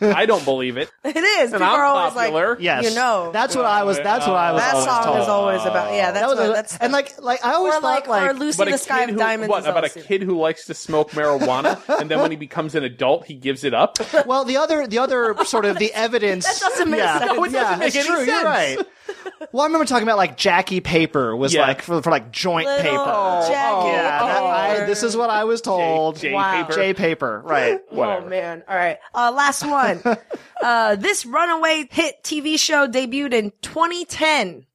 Speaker 3: I don't believe it.
Speaker 1: it is.
Speaker 3: And
Speaker 1: People are
Speaker 3: I'm
Speaker 1: always
Speaker 3: popular.
Speaker 1: like,
Speaker 2: yes.
Speaker 1: you know,
Speaker 2: That's what I was. That's what I was.
Speaker 1: that
Speaker 2: always
Speaker 1: song
Speaker 2: told.
Speaker 1: is always about. Yeah, that's
Speaker 2: That was
Speaker 1: what,
Speaker 2: a-
Speaker 1: that's
Speaker 2: and like like I always
Speaker 1: or
Speaker 2: thought
Speaker 1: like,
Speaker 2: like
Speaker 1: or Lucy in the Sky
Speaker 3: kid
Speaker 1: of
Speaker 3: who,
Speaker 1: Diamonds.
Speaker 3: what
Speaker 1: is
Speaker 3: about a
Speaker 1: also-
Speaker 3: kid who likes to smoke marijuana and then when he becomes an adult he gives it
Speaker 1: Oh,
Speaker 3: up?
Speaker 2: well the other the other sort of the evidence
Speaker 1: doesn't make
Speaker 2: yeah,
Speaker 1: sense. No, it
Speaker 3: doesn't
Speaker 2: yeah,
Speaker 3: make
Speaker 2: it's
Speaker 3: any
Speaker 2: true, you're
Speaker 3: sense.
Speaker 2: right Well, I remember talking about like Jackie paper was
Speaker 3: Yeah.
Speaker 2: like for, for like joint
Speaker 1: Little
Speaker 2: paper.
Speaker 1: Jackie
Speaker 2: yeah, that- I,
Speaker 1: paper.
Speaker 2: this is what I was told.
Speaker 3: J
Speaker 1: Wow.
Speaker 3: paper.
Speaker 2: J paper, right?
Speaker 3: Whatever.
Speaker 1: Oh man! All right, uh, last one. uh, this runaway hit TV show debuted in 2010.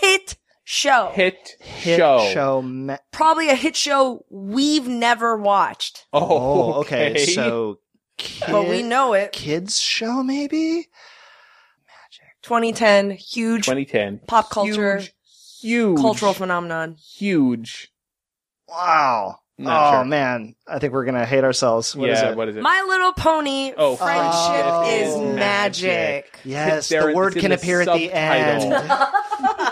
Speaker 1: Hit show,
Speaker 3: Hit,
Speaker 2: Hit
Speaker 3: show.
Speaker 2: show. Ma-
Speaker 1: probably a hit show we've never watched,
Speaker 2: oh,
Speaker 3: Oh,
Speaker 2: okay. So, kid,
Speaker 1: but we know it.
Speaker 2: kids show maybe.
Speaker 1: 2010, huge
Speaker 3: 2010.
Speaker 1: pop culture,
Speaker 3: Huge, huge
Speaker 1: cultural phenomenon.
Speaker 3: huge.
Speaker 2: Wow.
Speaker 3: Not
Speaker 2: oh
Speaker 3: sure.
Speaker 2: man, I think we're gonna hate ourselves. What is
Speaker 3: yeah,
Speaker 2: it?
Speaker 3: what is it?
Speaker 1: My Little Pony,
Speaker 3: Oh,
Speaker 1: friendship
Speaker 2: Oh.
Speaker 1: is
Speaker 2: Magic.
Speaker 1: magic.
Speaker 2: Yes,
Speaker 3: There-
Speaker 2: the word
Speaker 3: it's in
Speaker 2: can
Speaker 3: the
Speaker 2: appear at the end.
Speaker 3: subtitle.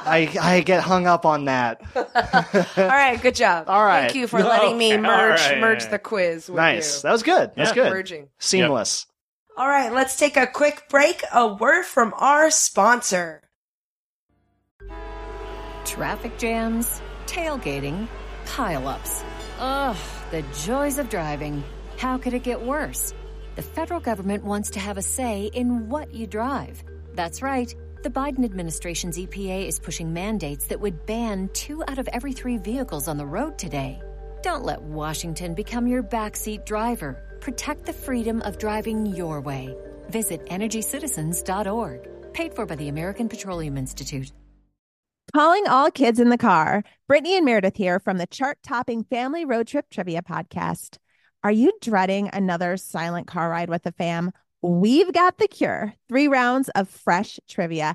Speaker 2: I, I get hung up on that.
Speaker 1: All right, good job.
Speaker 2: All right.
Speaker 1: thank you for letting me
Speaker 3: Okay,
Speaker 1: merge
Speaker 3: all right.
Speaker 1: merge the quiz. With
Speaker 2: nice.
Speaker 1: you.
Speaker 2: That was good. That's
Speaker 3: Yeah.
Speaker 2: good.
Speaker 1: merging.
Speaker 2: Seamless.
Speaker 1: All right, let's take a quick break. A word from our sponsor.
Speaker 5: Traffic jams, tailgating, pileups. Ugh, the joys of driving. How could it get worse? The federal government wants to have a say in what you drive. That's right. The Biden administration's EPA is pushing mandates that would ban two out of every three vehicles on the road today. Don't let Washington become your backseat driver. Protect the freedom of driving your way. Visit energycitizens.org. Paid for by the American Petroleum Institute.
Speaker 6: Calling all kids in the car. Brittany and Meredith here from the chart topping Family Road Trip Trivia Podcast. Are you dreading another silent car ride with the fam? We've got the cure. Three rounds of fresh trivia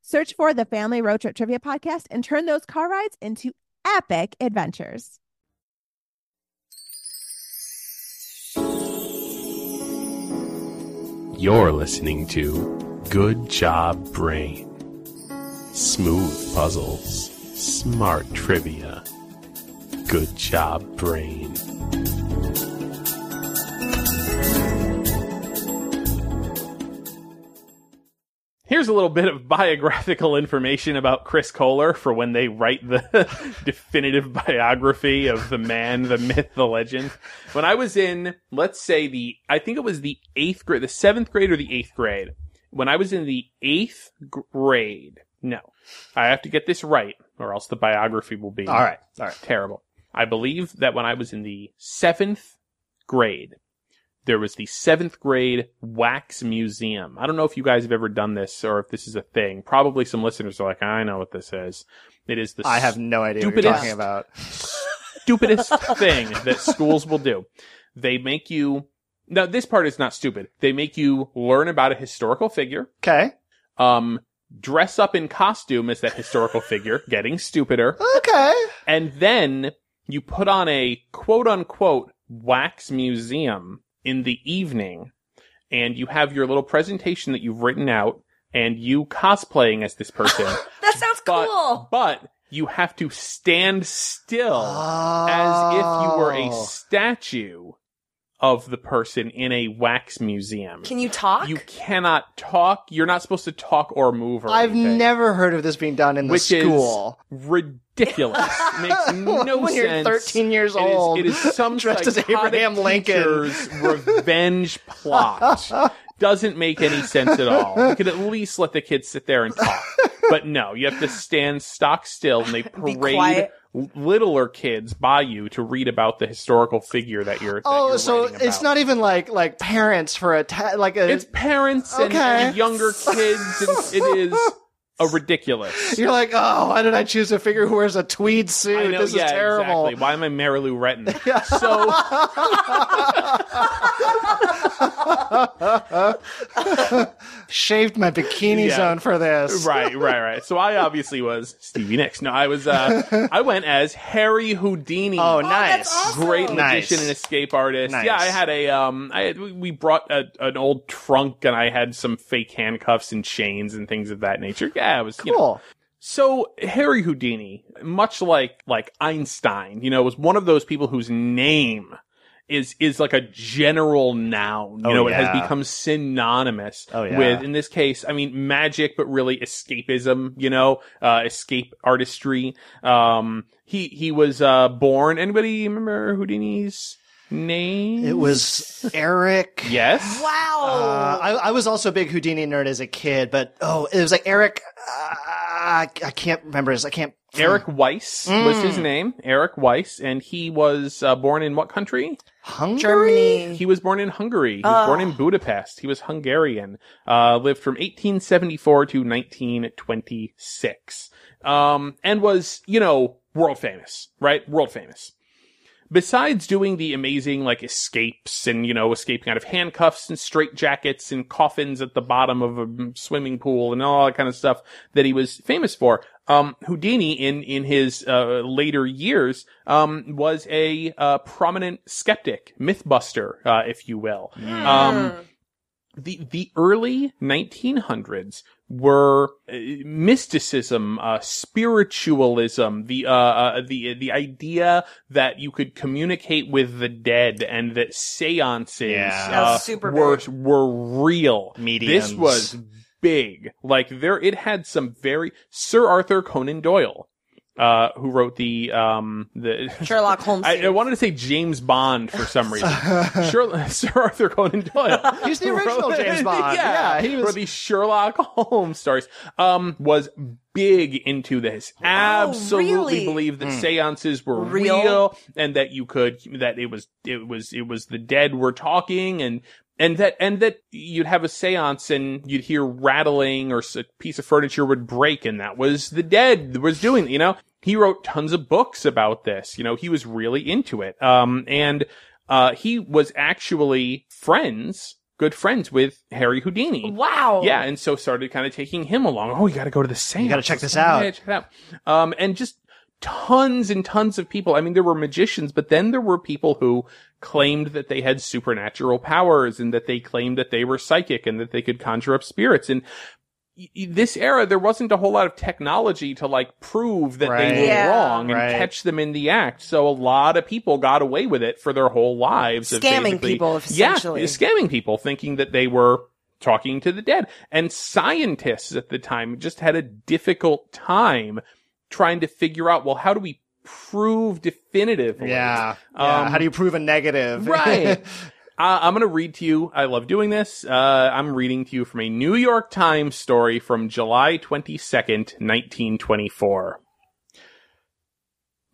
Speaker 6: Search for the Family Road Trip Trivia Podcast and turn those car rides into epic adventures.
Speaker 7: You're listening to Good Job Brain. Smooth puzzles, smart trivia. Good Job Brain.
Speaker 3: Here's a little bit of biographical information about Chris Kohler for when they write the definitive biography of the man, the myth, the legend. When I was in, let's say the, I think it was the eighth grade, the seventh grade or the eighth grade. When I was in the eighth grade, no, I have to get this right or else the biography will be
Speaker 2: All right. All right.
Speaker 3: terrible. I believe that when I was in the seventh grade, there was the seventh grade wax museum. I don't know if you guys have ever done this or if this is a thing. Probably some listeners are like, I know what this is. It is the
Speaker 2: I have no idea what you're
Speaker 3: Stupidest-
Speaker 2: talking about.
Speaker 3: stupidest thing that schools will do. They make you, now this part is not stupid. They make you learn about a historical figure,
Speaker 2: Okay.
Speaker 3: um, dress up in costume as that historical figure, getting stupider.
Speaker 2: Okay.
Speaker 3: And then you put on a quote unquote wax museum in the evening and you have your little presentation that you've written out and you cosplaying as this person.
Speaker 1: That sounds
Speaker 3: but,
Speaker 1: cool.
Speaker 3: but you have to stand still as if you were a
Speaker 2: Oh.
Speaker 3: statue of the person in a wax museum.
Speaker 1: Can you talk?
Speaker 3: you cannot talk. You're not supposed to talk or move or
Speaker 2: I've
Speaker 3: anything
Speaker 2: never heard of this being done in the
Speaker 3: which
Speaker 2: school.
Speaker 3: is ridiculous. Makes no
Speaker 2: When
Speaker 3: sense.
Speaker 2: you're 13 years
Speaker 3: It is-
Speaker 2: old,
Speaker 3: it is some
Speaker 2: dressed as
Speaker 3: psychotic
Speaker 2: Abraham Lincoln.
Speaker 3: teacher's revenge plot. Doesn't make any sense at all. You could at least let the kids sit there and talk, but no, you have to stand stock still, and they parade
Speaker 1: quiet.
Speaker 3: l- littler kids by you to read about the historical figure that you're. that
Speaker 2: oh,
Speaker 3: you're
Speaker 2: so
Speaker 3: writing
Speaker 2: it's
Speaker 3: about.
Speaker 2: not even like like parents for a ta- like a.
Speaker 3: It's parents and,
Speaker 2: Okay.
Speaker 3: and younger kids, and it is a ridiculous.
Speaker 2: you're like, oh, why did I choose a figure who wears a tweed
Speaker 3: I
Speaker 2: suit?
Speaker 3: know,
Speaker 2: this
Speaker 3: yeah,
Speaker 2: is terrible.
Speaker 3: Exactly. Why am I Marilou Retton? So
Speaker 2: Shaved my bikini
Speaker 3: Yeah.
Speaker 2: zone for this.
Speaker 3: right, right, right. So I obviously was Stevie Nicks. No, I was. Uh, I went as Harry Houdini.
Speaker 2: Oh, nice.
Speaker 3: Great
Speaker 2: Nice.
Speaker 3: magician and escape artist.
Speaker 2: Nice.
Speaker 3: Yeah, I had a um, I had, we brought a, an old trunk and I had some fake handcuffs and chains and things of that nature. Yeah, it was you know,
Speaker 2: Cool.
Speaker 3: So Harry Houdini, much like like Einstein, you know, was one of those people whose name is is like a general noun. You
Speaker 2: Oh,
Speaker 3: know, it
Speaker 2: yeah.
Speaker 3: has become synonymous
Speaker 2: Oh, yeah.
Speaker 3: with, in this case, I mean, magic, but really escapism. You know, uh, escape artistry. Um, he he was uh, born. Anybody remember Houdini's name?
Speaker 2: It was Eric.
Speaker 3: yes.
Speaker 2: Uh,
Speaker 1: Wow.
Speaker 2: I, I was also a big Houdini nerd as a kid, but oh, it was like Eric. Uh, I I can't remember his. I can't.
Speaker 3: Eric Weiss was his
Speaker 2: Mm.
Speaker 3: name. Eric Weiss, and he was uh, born in what country?
Speaker 2: Hungary.
Speaker 1: Germany.
Speaker 3: He was born in Hungary. He was born in Budapest. He was Hungarian. Uh, lived from 1874 to 1926. Um, and was, you know, world famous, right? World famous. Besides doing the amazing, like, escapes and, you know, escaping out of handcuffs and straitjackets and coffins at the bottom of a mm, swimming pool and all that kind of stuff that he was famous for, um, Houdini in, in his, uh, later years, um, was a, uh, prominent skeptic, mythbuster, uh, if you will. Um, the the early 1900s were uh, mysticism, uh, spiritualism, the uh, uh, the the idea that you could communicate with the dead and that seances
Speaker 2: Yeah.
Speaker 1: That was
Speaker 3: uh,
Speaker 1: super
Speaker 3: were
Speaker 1: big.
Speaker 3: were real.
Speaker 2: Mediums.
Speaker 3: This was big. Like there, it had some very Sir Arthur Conan Doyle, uh, who wrote the um the
Speaker 1: Sherlock Holmes.
Speaker 3: I, I wanted to say James Bond for some reason. Sure, Sir Arthur Conan Doyle.
Speaker 2: He's the original
Speaker 3: Wrote-
Speaker 2: James Bond. Yeah, he was-
Speaker 3: For the Sherlock Holmes stories, um, was big into this.
Speaker 2: Oh,
Speaker 3: Absolutely
Speaker 1: really?
Speaker 3: believed
Speaker 2: Hmm.
Speaker 3: that seances were
Speaker 1: Real?
Speaker 3: real? and that you could that it was it was it was the dead were talking and and that and that you'd have a séance and you'd hear rattling or s- a piece of furniture would break and that was the dead that was doing you know he wrote tons of books about this you know he was really into it um and uh he was actually friends good friends with Harry Houdini
Speaker 1: wow.
Speaker 3: yeah, and so started kind of taking him along. Oh, you got to go to the same.
Speaker 2: gotta check this out.
Speaker 3: check it out. Um, and just tons and tons of people. I mean, there were magicians, but then there were people who claimed that they had supernatural powers and that they claimed that they were psychic and that they could conjure up spirits. And y- y- this era, there wasn't a whole lot of technology to like prove that
Speaker 2: Right.
Speaker 3: they were
Speaker 1: Yeah.
Speaker 3: wrong and
Speaker 2: Right.
Speaker 3: catch them in the act. So a lot of people got away with it for their whole lives. of
Speaker 1: Scamming
Speaker 3: basically-
Speaker 1: people, essentially.
Speaker 3: Yeah, scamming people, thinking that they were talking to the dead. And scientists at the time just had a difficult time trying to figure out, well, how do we prove definitively?
Speaker 2: Yeah. yeah.
Speaker 3: Um,
Speaker 2: How do you prove a negative?
Speaker 3: Right. Uh, I'm going to read to you. I love doing this. Uh, I'm reading to you from a New York Times story from July 22nd, 1924.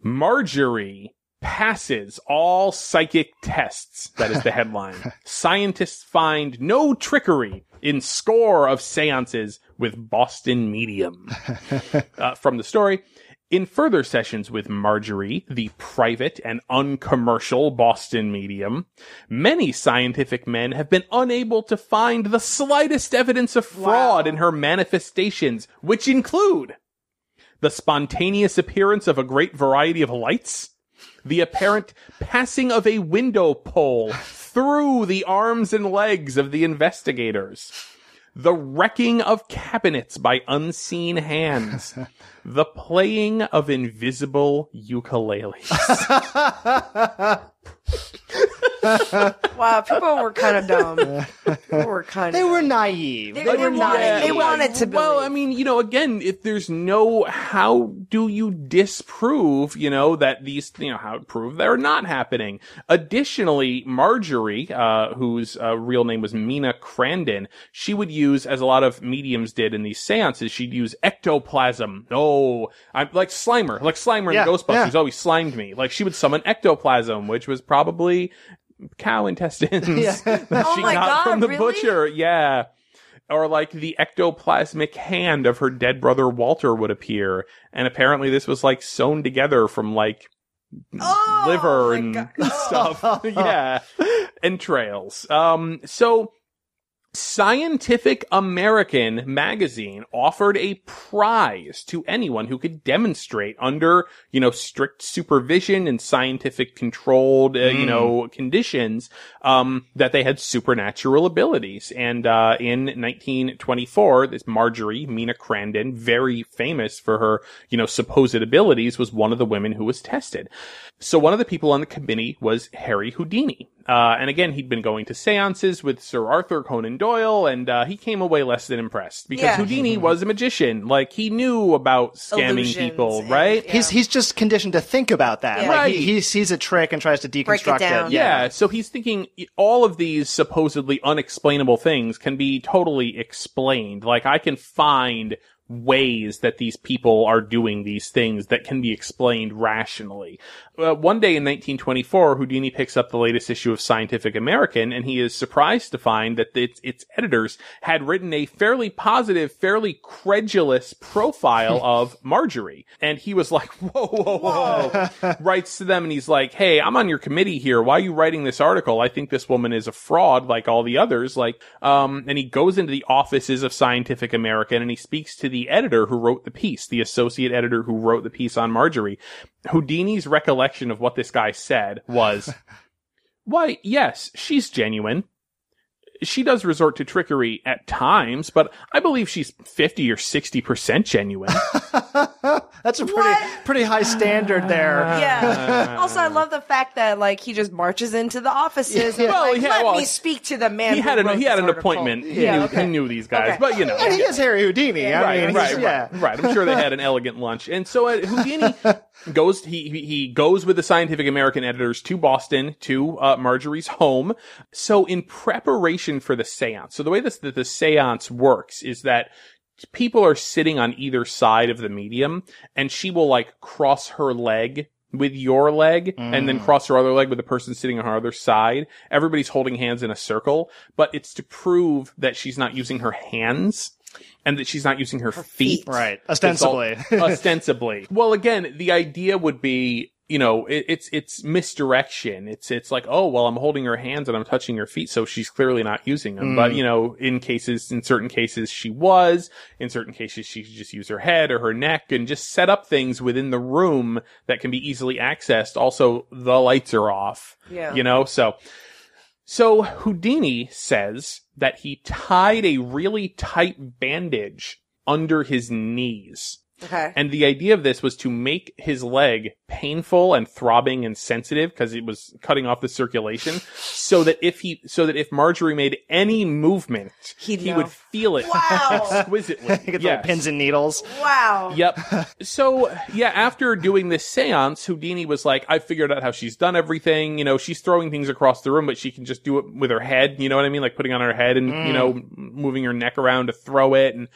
Speaker 3: Marjorie passes all psychic tests. That is the headline. Scientists find no trickery in score of seances with Boston medium. Uh, from the story. In further sessions with Marjorie, the private and uncommercial Boston medium, many scientific men have been unable to find the slightest evidence of fraud in her manifestations, which include the spontaneous appearance of a great variety of lights, the apparent passing of a window pole through the arms and legs of the investigators, the wrecking of cabinets by unseen hands, the playing of invisible ukuleles.
Speaker 1: Wow. People were kind of dumb. People were kind
Speaker 2: They
Speaker 1: of.
Speaker 2: were naive.
Speaker 1: They, they wanted, they wanted to.
Speaker 3: Well,
Speaker 1: believe.
Speaker 3: I mean, you know, again, if there's no, how do you disprove, you know, that these, you know, how to prove they're not happening? Additionally, Marjorie, uh, whose uh, real name was Mina Crandon, she would use, as a lot of mediums did in these seances, she'd use ectoplasm. Oh, I'm like Slimer, like Slimer
Speaker 2: Yeah,
Speaker 3: in Ghostbusters
Speaker 2: yeah.
Speaker 3: always slimed me. Like she would summon ectoplasm, which was probably cow intestines that
Speaker 1: Oh
Speaker 3: she
Speaker 1: my
Speaker 3: got
Speaker 1: God,
Speaker 3: from the
Speaker 1: really?
Speaker 3: butcher. Yeah. Or like the ectoplasmic hand of her dead brother Walter would appear. And apparently this was like sewn together from like
Speaker 1: Oh,
Speaker 3: liver
Speaker 1: my
Speaker 3: and
Speaker 1: God.
Speaker 3: stuff. yeah. Entrails. Um, so Scientific American magazine offered a prize to anyone who could demonstrate under, you know, strict supervision and scientific controlled, uh, you know, conditions, um, that they had supernatural abilities. And, uh, in 1924, this Marjorie Mina Crandon, very famous for her, you know, supposed abilities, was one of the women who was tested. So one of the people on the committee was Harry Houdini. Uh, and again, he'd been going to seances with Sir Arthur Conan Doyle, and uh, he came away less than impressed because
Speaker 1: Yeah. Mm-hmm.
Speaker 3: Houdini was a magician. Like, he knew about scamming
Speaker 1: Illusions
Speaker 3: people,
Speaker 1: and-
Speaker 3: right?
Speaker 1: yeah.
Speaker 2: He's he's just conditioned to think about that.
Speaker 1: Yeah.
Speaker 2: Like
Speaker 3: Right.
Speaker 2: he, he sees a trick and tries to deconstruct
Speaker 1: Break it down.
Speaker 3: Yeah. so he's thinking all of these supposedly unexplainable things can be totally explained. Like I can find ways that these people are doing these things that can be explained rationally. Uh, one day in 1924, Houdini picks up the latest issue of Scientific American and he is surprised to find that its, its editors had written a fairly positive, fairly credulous profile of Marjorie. And he was like, whoa, whoa, whoa writes to them and he's like, Hey, I'm on your committee here. Why are you writing this article? I think this woman is a fraud like all the others. Like, um, and he goes into the offices of Scientific American and he speaks to the editor who wrote the piece, the associate editor who wrote the piece on Marjorie. Houdini's recollection of what this guy said was, Why, yes, she's genuine. She does resort to trickery at times, but I believe she's 50 or 60% genuine.
Speaker 2: That's a pretty pretty high standard
Speaker 3: Uh,
Speaker 2: there.
Speaker 1: Yeah. also, I love the fact that like he just marches into the offices. And,
Speaker 3: Well,
Speaker 1: like,
Speaker 3: yeah,
Speaker 1: let
Speaker 3: well,
Speaker 1: me speak to the man.
Speaker 3: he
Speaker 1: who
Speaker 3: had an
Speaker 1: wrote
Speaker 3: he had
Speaker 1: this
Speaker 3: an
Speaker 1: article."
Speaker 3: appointment. He,
Speaker 1: Yeah,
Speaker 3: knew,
Speaker 1: okay.
Speaker 3: he knew these guys,
Speaker 1: Okay.
Speaker 3: but you know,
Speaker 2: And he is Harry Houdini. I
Speaker 3: right,
Speaker 2: mean,
Speaker 3: right,
Speaker 2: he's-
Speaker 3: right,
Speaker 2: yeah.
Speaker 3: right. I'm sure they had an elegant lunch. And so uh, Houdini goes. He he- he goes with the Scientific American editors to Boston to uh, Marjorie's home. So in preparation for the séance, so the way this that the séance works is that people are sitting on either side of the medium, and she will like cross her leg. With your leg, and
Speaker 2: Mm.
Speaker 3: then cross her other leg with the person sitting on her other side. Everybody's holding hands in a circle, but it's to prove that she's not using her hands and that she's not using her, feet.
Speaker 2: Right.
Speaker 3: It's all-
Speaker 2: Ostensibly.
Speaker 3: ostensibly. Well, again, the idea would be, you know, it, it's it's misdirection. It's it's like, oh, well, I'm holding her hands and I'm touching her feet, so she's clearly not using them. But you know, in cases, in certain cases, she was. In certain cases, she could just use her head or her neck and just set up things within the room that can be easily accessed. Also, the lights are off.
Speaker 1: Yeah.
Speaker 3: You know, so. So Houdini says that he tied a really tight bandage under his knees.
Speaker 1: Okay.
Speaker 3: And the idea of this was to make his leg painful and throbbing and sensitive because it was cutting off the circulation so that if he, so that if Marjorie made any movement,
Speaker 1: He'd
Speaker 3: he
Speaker 1: know.
Speaker 3: would feel it
Speaker 1: Wow.
Speaker 3: exquisitely.
Speaker 2: He gets
Speaker 3: Yes.
Speaker 2: little pins and needles.
Speaker 1: Wow.
Speaker 3: Yep. So, yeah, after doing this seance, Houdini was like, I figured out how she's done everything. You know, she's throwing things across the room, but she can just do it with her head. You know what I mean? Like putting on her head and, you know, m- moving her neck around to throw it. And,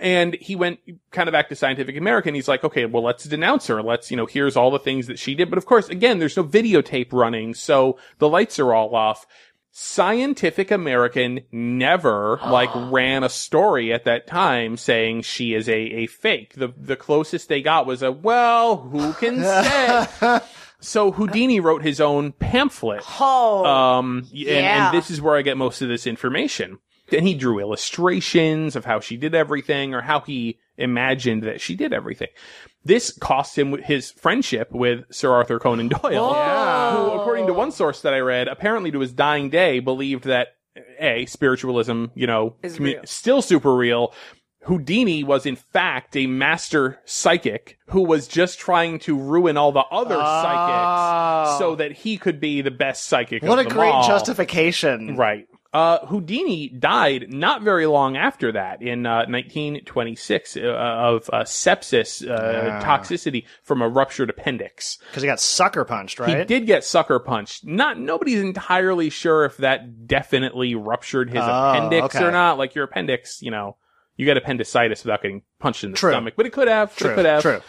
Speaker 3: and he went kind of back to Scientific American. He's like, okay, well, let's denounce her. Let's, you know, here's all the things that she did. But of course, again, there's no videotape running. So the lights are all off. Scientific American never like ran a story at that time saying she is a, a fake. The the closest they got was a well, who can say? so Houdini wrote his own pamphlet.
Speaker 1: Oh.
Speaker 3: Um, and,
Speaker 1: Yeah.
Speaker 3: and this is where I get most of this information. And he drew illustrations of how she did everything or how he imagined that she did everything. This cost him his friendship with Sir Arthur Conan Doyle,
Speaker 1: Oh.
Speaker 3: who, according to one source that I read, apparently to his dying day believed that a spiritualism, you know,
Speaker 1: Is real.
Speaker 3: still super real. Houdini was in fact a master psychic who was just trying to ruin all the other psychics so that he could be the best psychic.
Speaker 2: Oh. What a
Speaker 3: of them
Speaker 2: great
Speaker 3: all.
Speaker 2: justification.
Speaker 3: Right. Uh, Houdini died not very long after that in uh, 1926 uh, of uh, sepsis uh, toxicity from a ruptured appendix.
Speaker 2: Because he got sucker punched,
Speaker 3: He
Speaker 2: right?
Speaker 3: did get sucker punched. Not nobody's entirely sure if that definitely ruptured his
Speaker 2: Oh,
Speaker 3: appendix
Speaker 2: okay.
Speaker 3: or not. Like your appendix, you know, you get appendicitis without getting punched in the
Speaker 2: True.
Speaker 3: stomach, but it could have.
Speaker 2: True.
Speaker 3: It could have
Speaker 2: True.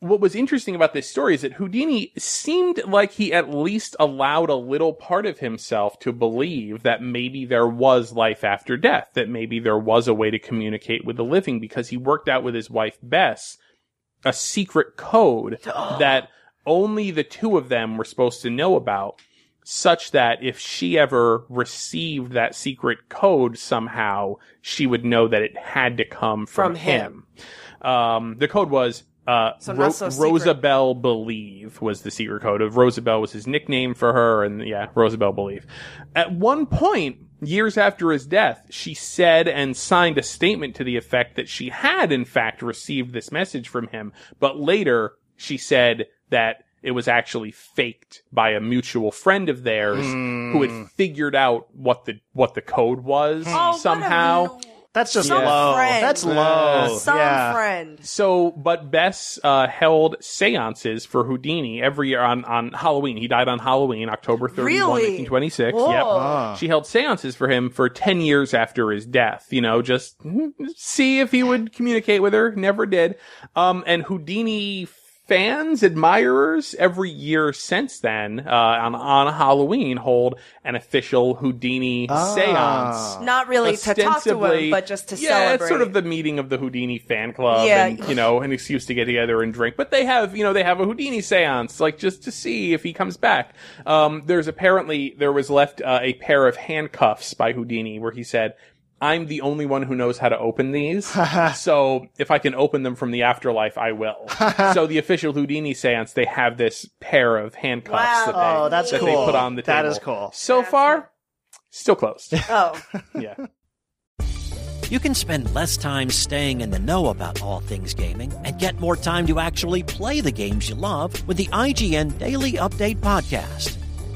Speaker 3: what was interesting about this story is that Houdini seemed like he at least allowed a little part of himself to believe that maybe there was life after death, that maybe there was a way to communicate with the living because he worked out with his wife Bess a
Speaker 1: Oh.
Speaker 3: secret code that only the two of them were supposed to know about. such that if she ever received that secret code somehow, she would know that it had to come from,
Speaker 1: From him.
Speaker 3: him. Um, the code was uh,
Speaker 1: So
Speaker 3: Ro-
Speaker 1: not so secret.
Speaker 3: Rosabelle Believe was the secret code of Rosabelle was his nickname for her, and yeah, Rosabelle Believe. At one point, years after his death, she said and signed a statement to the effect that she had in fact received this message from him, but later she said that it was actually faked by a mutual friend of theirs who had figured out what the what the code was
Speaker 1: Oh,
Speaker 3: somehow. uh,
Speaker 1: What a,
Speaker 2: That's just
Speaker 3: Some
Speaker 2: low.
Speaker 1: friend.
Speaker 2: That's low.
Speaker 1: some
Speaker 2: yeah.
Speaker 1: friend.
Speaker 3: So, but Bess uh, held seances for Houdini every year on, on Halloween. He died on Halloween, October 31,
Speaker 1: Really?
Speaker 3: 1926. Yep.
Speaker 1: Whoa.
Speaker 3: She held seances for him for 10 years after his death, you know, just see if he would communicate with her. Never did. Um, and Houdini fans, admirers, every year since then, uh, on, on Halloween, hold an official Houdini
Speaker 2: Ah.
Speaker 3: seance
Speaker 1: Not really to talk to
Speaker 3: ostensibly-
Speaker 1: him, but just to
Speaker 3: yeah,
Speaker 1: celebrate.
Speaker 3: it's sort of the meeting of the Houdini fan club,
Speaker 1: Yeah.
Speaker 3: and you know, an excuse to get together and drink. But they have, you know, they have a Houdini séance, like just to see if he comes back. Um, there's apparently there was left uh, a pair of handcuffs by Houdini, where he said. I'm the only one who knows how to open these. so if I can open them from the afterlife, I will. so the official Houdini seance, they have this pair of handcuffs that, they,
Speaker 1: Wow.
Speaker 2: Oh, that's
Speaker 3: that
Speaker 2: cool.
Speaker 3: they put on the table.
Speaker 2: That is cool.
Speaker 3: So far, still closed.
Speaker 1: oh.
Speaker 3: yeah.
Speaker 8: You can spend less time staying in the know about all things gaming and get more time to actually play the games you love with the IGN Daily Update Podcast.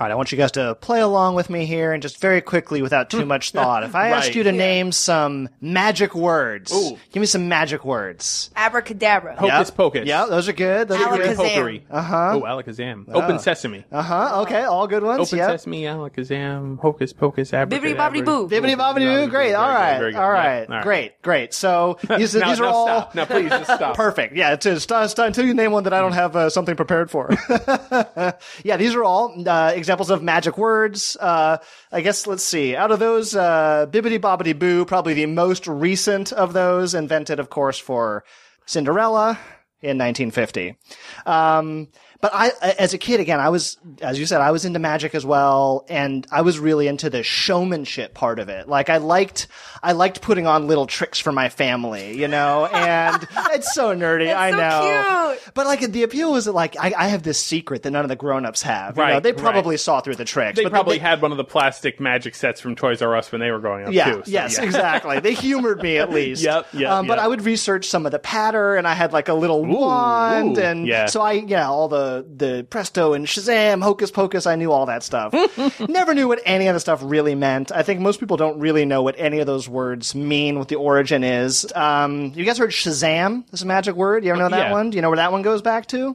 Speaker 2: All right, I want you guys to play along with me here and just very quickly without too much thought. If I ask
Speaker 3: Right.
Speaker 2: you to name some magic words,
Speaker 3: Ooh.
Speaker 2: give me some magic words.
Speaker 1: Abracadabra.
Speaker 3: Ho- Hocus
Speaker 2: Yep.
Speaker 3: pocus.
Speaker 2: Yeah, those are good. Those are
Speaker 1: Alakazam.
Speaker 2: good.
Speaker 3: Uh
Speaker 2: Uh-huh.
Speaker 3: huh. Oh, Alakazam. Open Sesame.
Speaker 2: Uh huh. Okay, all good ones.
Speaker 3: Open
Speaker 2: yep.
Speaker 3: Sesame, Alakazam, Hocus Pocus,
Speaker 1: Bibbidi bobbidi
Speaker 3: Abracadabra.
Speaker 1: boo.
Speaker 2: Bibbidi bobbidi boo. Great. All right.
Speaker 3: Very good.
Speaker 2: All
Speaker 3: Yeah.
Speaker 2: right.
Speaker 3: All right.
Speaker 2: Great. Great. So these,
Speaker 3: Now,
Speaker 2: these are
Speaker 3: now
Speaker 2: all
Speaker 3: stop. Now please just stop.
Speaker 2: Perfect. Yeah, it's, it's, it's until you name one that I don't have uh, something prepared for. yeah, these are all uh, examples of magic words. Uh, I guess let's see. Out of those, uh, bibbidi bobbidi boo, probably the most recent of those, invented, of course, for Cinderella in 1950. Um, but I, as a kid, again, I was, as you said, I was into magic as well, and I was really into the showmanship part of it. Like, I liked, I liked putting on little tricks for my family, you know, and it's so nerdy. I
Speaker 1: so
Speaker 2: know,
Speaker 1: cute.
Speaker 2: but like the appeal was that like I, I have this secret that none of the grown-ups have. You know,
Speaker 3: Right,
Speaker 2: they probably
Speaker 3: right.
Speaker 2: saw through the tricks.
Speaker 3: They
Speaker 2: but
Speaker 3: probably had one of the plastic magic sets from Toys R Us when they were growing up,
Speaker 2: yeah,
Speaker 3: too. so
Speaker 2: yes,
Speaker 3: yeah.
Speaker 2: exactly. They humored me at least.
Speaker 3: Yep, yep,
Speaker 2: Um, But
Speaker 3: yep.
Speaker 2: I would research some of the patter, and I had like a little wand,
Speaker 3: ooh,
Speaker 2: and
Speaker 3: yeah.
Speaker 2: so I, yeah, all the the presto and Shazam, Hocus Pocus. I knew all that stuff. Never knew what any of the stuff really meant. I think most people don't really know what any of those words mean, what the origin is. Um, you guys heard Shazam? This is a magic word. You ever know that
Speaker 3: Yeah.
Speaker 2: one? Do you know where that one goes back to?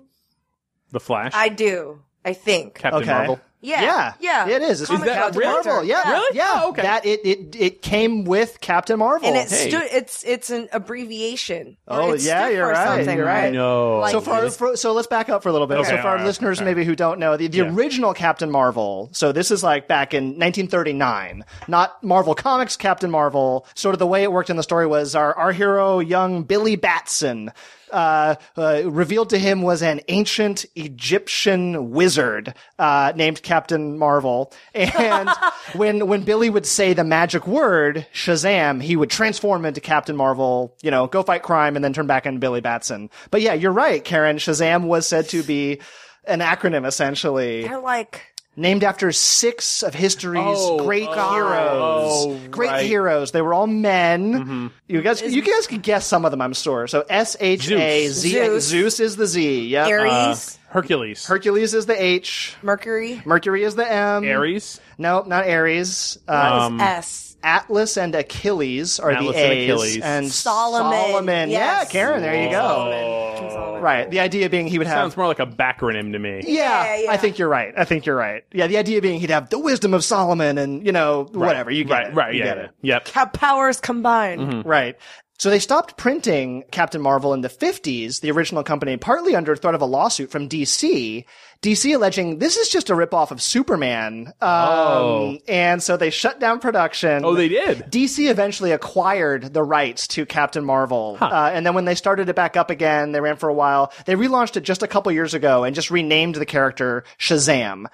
Speaker 3: The Flash.
Speaker 1: I do. I think.
Speaker 3: Captain Marvel.
Speaker 1: Yeah.
Speaker 2: Yeah.
Speaker 1: Yeah.
Speaker 2: It is. It's
Speaker 1: Comic
Speaker 2: from
Speaker 3: that
Speaker 2: Captain
Speaker 3: real?
Speaker 2: Marvel. Yeah.
Speaker 1: Yeah. Really?
Speaker 2: Yeah.
Speaker 3: Oh, okay.
Speaker 2: That it, it it came with Captain Marvel.
Speaker 1: And it
Speaker 3: Hey.
Speaker 1: stood. It's it's an abbreviation.
Speaker 2: Oh,
Speaker 1: It
Speaker 2: yeah,
Speaker 1: stood
Speaker 2: you're
Speaker 1: for
Speaker 2: right,
Speaker 1: something,
Speaker 2: you're right.
Speaker 3: No.
Speaker 1: Like-
Speaker 2: so far, for, so let's back up for a little bit.
Speaker 3: Okay,
Speaker 2: so for our
Speaker 3: alright,
Speaker 2: listeners
Speaker 3: alright.
Speaker 2: maybe who don't know, the, the original Captain Marvel. So this is like back in 1939, not Marvel Comics Captain Marvel. Sort of the way it worked in the story was our our hero, young Billy Batson. Uh, uh, revealed to him was an ancient Egyptian wizard uh, named Captain Marvel, and when when Billy would say the magic word Shazam, he would transform into Captain Marvel. You know, go fight crime, and then turn back into Billy Batson. But yeah, you're right, Karen. Shazam was said to be an acronym essentially
Speaker 1: They're like
Speaker 2: named after six of history's
Speaker 3: Oh,
Speaker 2: great
Speaker 3: oh,
Speaker 2: heroes.
Speaker 3: oh,
Speaker 2: great
Speaker 3: right. Mm-hmm.
Speaker 2: heroes. They were all men. You guys, you guys can guess some of them. I'm sure. So S H A Z.
Speaker 1: Zeus.
Speaker 2: Zeus is the Z. Yeah. Uh,
Speaker 1: Aries.
Speaker 3: Hercules.
Speaker 2: Hercules is the H.
Speaker 1: Mercury.
Speaker 2: Mercury is the M.
Speaker 3: Aries.
Speaker 2: Nope, not Aries. Uh,
Speaker 3: Um,
Speaker 1: S.
Speaker 2: Atlas and Achilles are
Speaker 3: Atlas
Speaker 2: the
Speaker 3: and
Speaker 2: A's.
Speaker 3: Achilles.
Speaker 2: and
Speaker 1: Solomon.
Speaker 2: Solomon.
Speaker 1: Yes.
Speaker 2: Yeah, Karen, there you go.
Speaker 1: Solomon. King Solomon.
Speaker 2: Right. The idea being he would have.
Speaker 3: Sounds more like a backronym to me.
Speaker 2: yeah,
Speaker 1: Yeah, yeah.
Speaker 2: I think you're right. I think you're right. Yeah, the idea being he'd have the wisdom of Solomon and, you know, whatever. You get
Speaker 3: right,
Speaker 2: it.
Speaker 3: right,
Speaker 2: You
Speaker 3: yeah,
Speaker 2: get it.
Speaker 3: yeah. Yep.
Speaker 1: Have powers combined.
Speaker 3: Mm-hmm.
Speaker 2: Right. So they stopped printing Captain Marvel in the 50s, the original company, partly under threat of a lawsuit from DC. DC alleging this is just a ripoff of Superman. Um,
Speaker 3: Oh.
Speaker 2: And so they shut down production.
Speaker 3: Oh, they did.
Speaker 2: DC eventually acquired the rights to Captain Marvel. Uh, and then when they started it back up again, they ran for a while. They relaunched it just a couple years ago and just renamed the character Shazam.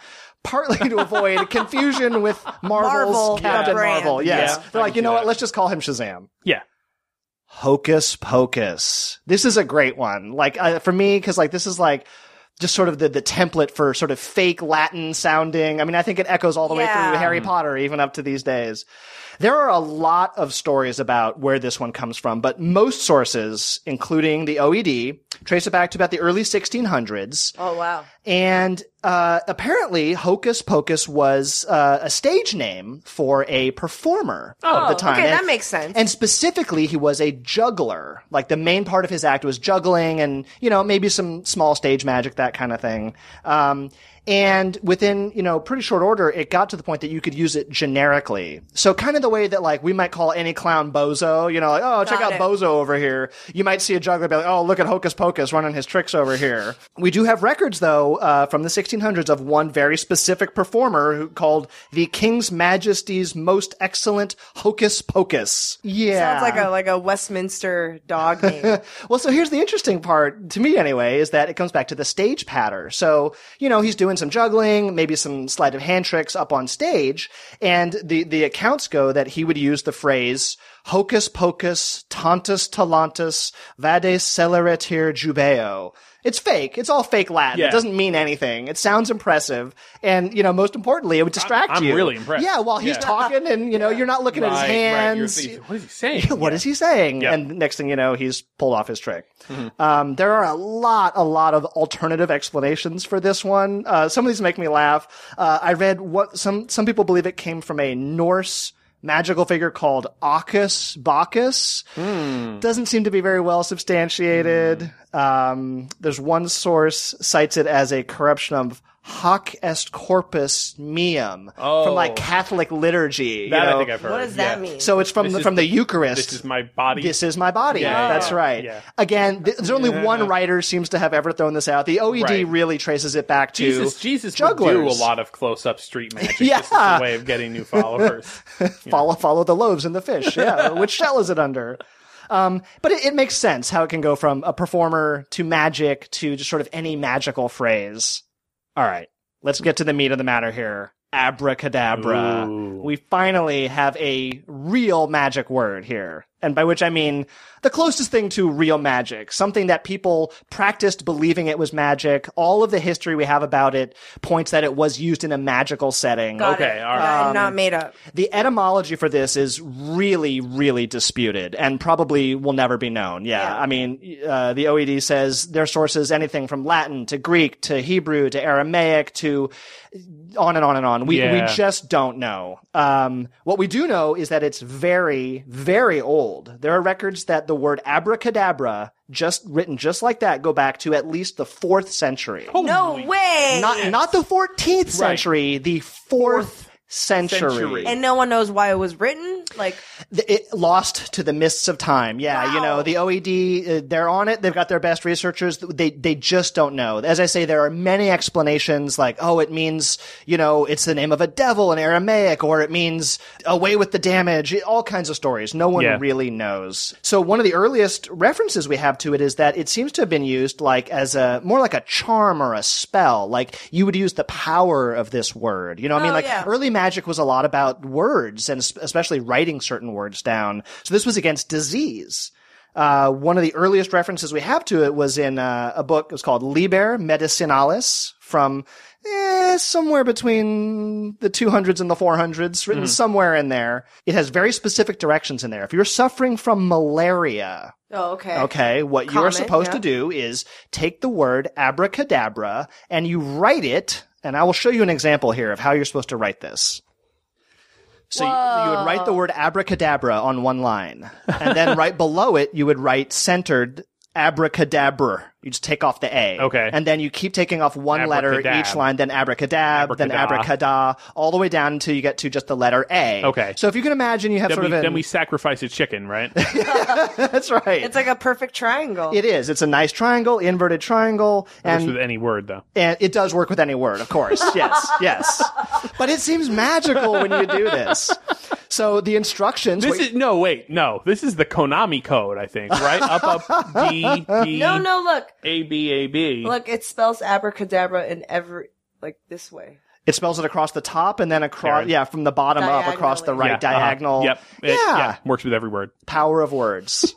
Speaker 2: Partly to avoid confusion with Marvel's
Speaker 1: Marvel,
Speaker 2: Captain
Speaker 1: the brand.
Speaker 2: Marvel. Yes.
Speaker 3: Yeah,
Speaker 2: They're
Speaker 3: I
Speaker 2: like,
Speaker 3: can
Speaker 2: you
Speaker 3: see
Speaker 2: know what?
Speaker 3: that.
Speaker 2: Let's just call him Shazam.
Speaker 3: Yeah.
Speaker 2: Hocus Pocus. This is a great one. Like uh, for me, because like this is like just sort of the the template for sort of fake Latin sounding. I mean, I think it echoes all the way
Speaker 1: Yeah.
Speaker 2: through Harry Potter, even up to these days. There are a lot of stories about where this one comes from, but most sources, including the OED, trace it back to about the early 1600s.
Speaker 1: Oh wow.
Speaker 2: And uh, apparently, Hocus Pocus was uh, a stage name for a performer of the time.
Speaker 1: Oh, okay, that
Speaker 2: And-
Speaker 1: makes sense.
Speaker 2: And specifically, he was a juggler. Like the main part of his act was juggling, and you know maybe some small stage magic, that kind of thing. Um, and within you know pretty short order, it got to the point that you could use it generically. So kind of the way that like we might call any clown bozo, you know, like oh check
Speaker 1: Got
Speaker 2: out
Speaker 1: it.
Speaker 2: bozo. Bozo over here. You might see a juggler be like, oh, look at Hocus Pocus running his tricks over here. We do have records, though, uh, from the 1600s of one very specific performer who called the King's Majesty's Most Excellent Hocus Pocus. Yeah.
Speaker 1: Sounds like a like a Westminster dog name.
Speaker 2: Well, so here's the interesting part to me anyway, is that it comes back to the stage patter. So, you know, he's doing some juggling, maybe some sleight of hand tricks up on stage. And the, the accounts go that he would use the phrase hocus pocus, tantus talantus, vade celeriter jubeo. It's fake. It's all fake Latin.
Speaker 3: Yeah.
Speaker 2: It doesn't mean anything. It sounds impressive. And, you know, most importantly, it would distract
Speaker 3: I'm
Speaker 2: you.
Speaker 3: really impressed.
Speaker 2: Yeah, while he's
Speaker 3: Yeah.
Speaker 2: talking and, you know, you're not looking at his hands.
Speaker 3: Right, you're thinking, what is he saying?
Speaker 2: What is he saying?
Speaker 3: Yep.
Speaker 2: And next thing you know, he's pulled off his trick.
Speaker 3: Mm-hmm.
Speaker 2: Um, there are a lot, a lot of alternative explanations for this one. Uh, some of these make me laugh. Uh, I read what some some people believe it came from a Norse magical figure called Acus Bacchus.
Speaker 3: Hmm.
Speaker 2: Doesn't seem to be very well substantiated. Um, there's one source cites it as a corruption of hoc est corpus meum from like Catholic liturgy. you
Speaker 3: Oh. That I
Speaker 2: know?
Speaker 3: think I've heard.
Speaker 1: what does that
Speaker 3: Yeah.
Speaker 1: mean?
Speaker 2: So it's from the,
Speaker 3: is
Speaker 2: from the,
Speaker 3: the-
Speaker 2: Eucharist.
Speaker 3: This is my body.
Speaker 2: This is my body.
Speaker 3: Yeah,
Speaker 2: That's
Speaker 3: yeah,
Speaker 2: right.
Speaker 3: yeah.
Speaker 2: Again, th- there's only one writer seems to have ever thrown this out. The OED
Speaker 3: Right.
Speaker 2: really traces it back to
Speaker 3: Jesus, Jesus would
Speaker 2: jugglers.
Speaker 3: do a lot of close-up street magic.
Speaker 2: Yeah.
Speaker 3: This is a way of getting new followers.
Speaker 2: follow follow the loaves and the fish. Yeah, which shell is it under? Um, but it, it makes sense how it can go from a performer to magic to just sort of any magical phrase. All right, let's get to the meat of the matter here. Abracadabra.
Speaker 3: Ooh.
Speaker 2: We finally have a real magic word here. And by which I mean the closest thing to real magic, something that people practiced believing it was magic. All of the history we have about it points that it was used in a magical setting.
Speaker 1: Got
Speaker 3: okay,
Speaker 1: it.
Speaker 3: all right.
Speaker 1: Not- not made up.
Speaker 2: The etymology for this is really, really disputed and probably will never be known. Yeah. I mean, uh, the OED says their sources anything from Latin to Greek to Hebrew to Aramaic to on and on and on. We,
Speaker 3: Yeah.
Speaker 2: we just don't know. Um, what we do know is that it's very, very old. There are records that the word abracadabra, just written just like that, go back to at least the fourth century.
Speaker 1: No way.
Speaker 2: Not, not the 14th century, the fourth, century.
Speaker 3: century.
Speaker 1: and no one knows why it was written. Like
Speaker 2: Th- it lost to the mists of time. Yeah, you know the OED. Uh, they're on it. They've got their best researchers. They they just don't know. As I say, there are many explanations. Like, oh, it means you know it's the name of a devil in Aramaic, or it means away with the damage. All kinds of stories. No one
Speaker 3: Yeah.
Speaker 2: really knows. So one of the earliest references we have to it is that it seems to have been used like as a more like a charm or a spell. Like you would use the power of this word. You know, what I mean,
Speaker 1: Oh,
Speaker 2: like
Speaker 1: yeah.
Speaker 2: early magic was a lot about words and es- especially writing certain words down. So this was against disease. Uh, one of the earliest references we have to it was in uh, a book. It was called Liber Medicinalis from eh, somewhere between the 200s and the 400s,
Speaker 1: Hmm.
Speaker 2: written somewhere in there. It has very specific directions in there. If you're suffering from malaria,
Speaker 1: Oh, okay.
Speaker 2: Okay. What you're
Speaker 1: Common,
Speaker 2: supposed
Speaker 1: yeah.
Speaker 2: to do is take the word abracadabra and you write it. And I will show you an example here of how you're supposed to write this. So you, you would write the word abracadabra on one line. And then right below it, you would write centered abracadabra. You just take off the A.
Speaker 3: Okay.
Speaker 2: And then you keep taking off one letter
Speaker 3: Abracadab.
Speaker 2: each line, then abracadab, then
Speaker 3: Abracada.
Speaker 2: abracada, all the way down until you get to just the letter A.
Speaker 3: Okay.
Speaker 2: So if you can imagine, you have
Speaker 3: Then
Speaker 2: sort
Speaker 3: we,
Speaker 2: of an,
Speaker 3: then we sacrifice a chicken, right?
Speaker 2: That's right.
Speaker 1: It's like a perfect triangle.
Speaker 2: It is. It's a nice triangle, inverted triangle,
Speaker 3: Works
Speaker 2: and
Speaker 3: with any word though.
Speaker 2: and it does work with any word, of course. Yes, yes. But it seems magical when you do this. So the instructions.
Speaker 3: This
Speaker 2: what-
Speaker 3: is no wait, no. This is the Konami code, I think, right? up up D D
Speaker 1: no, no, look.
Speaker 3: A B A B.
Speaker 1: Look, it spells abracadabra in every, like this way.
Speaker 2: it spells it across the top and then across.
Speaker 3: There.
Speaker 2: Yeah, from the bottom up across the
Speaker 1: Diagonally.
Speaker 2: right
Speaker 3: Yeah, uh-huh.
Speaker 2: diagonal.
Speaker 3: Yep. It-
Speaker 2: yeah.
Speaker 3: yeah. Works with every word.
Speaker 2: Power of words.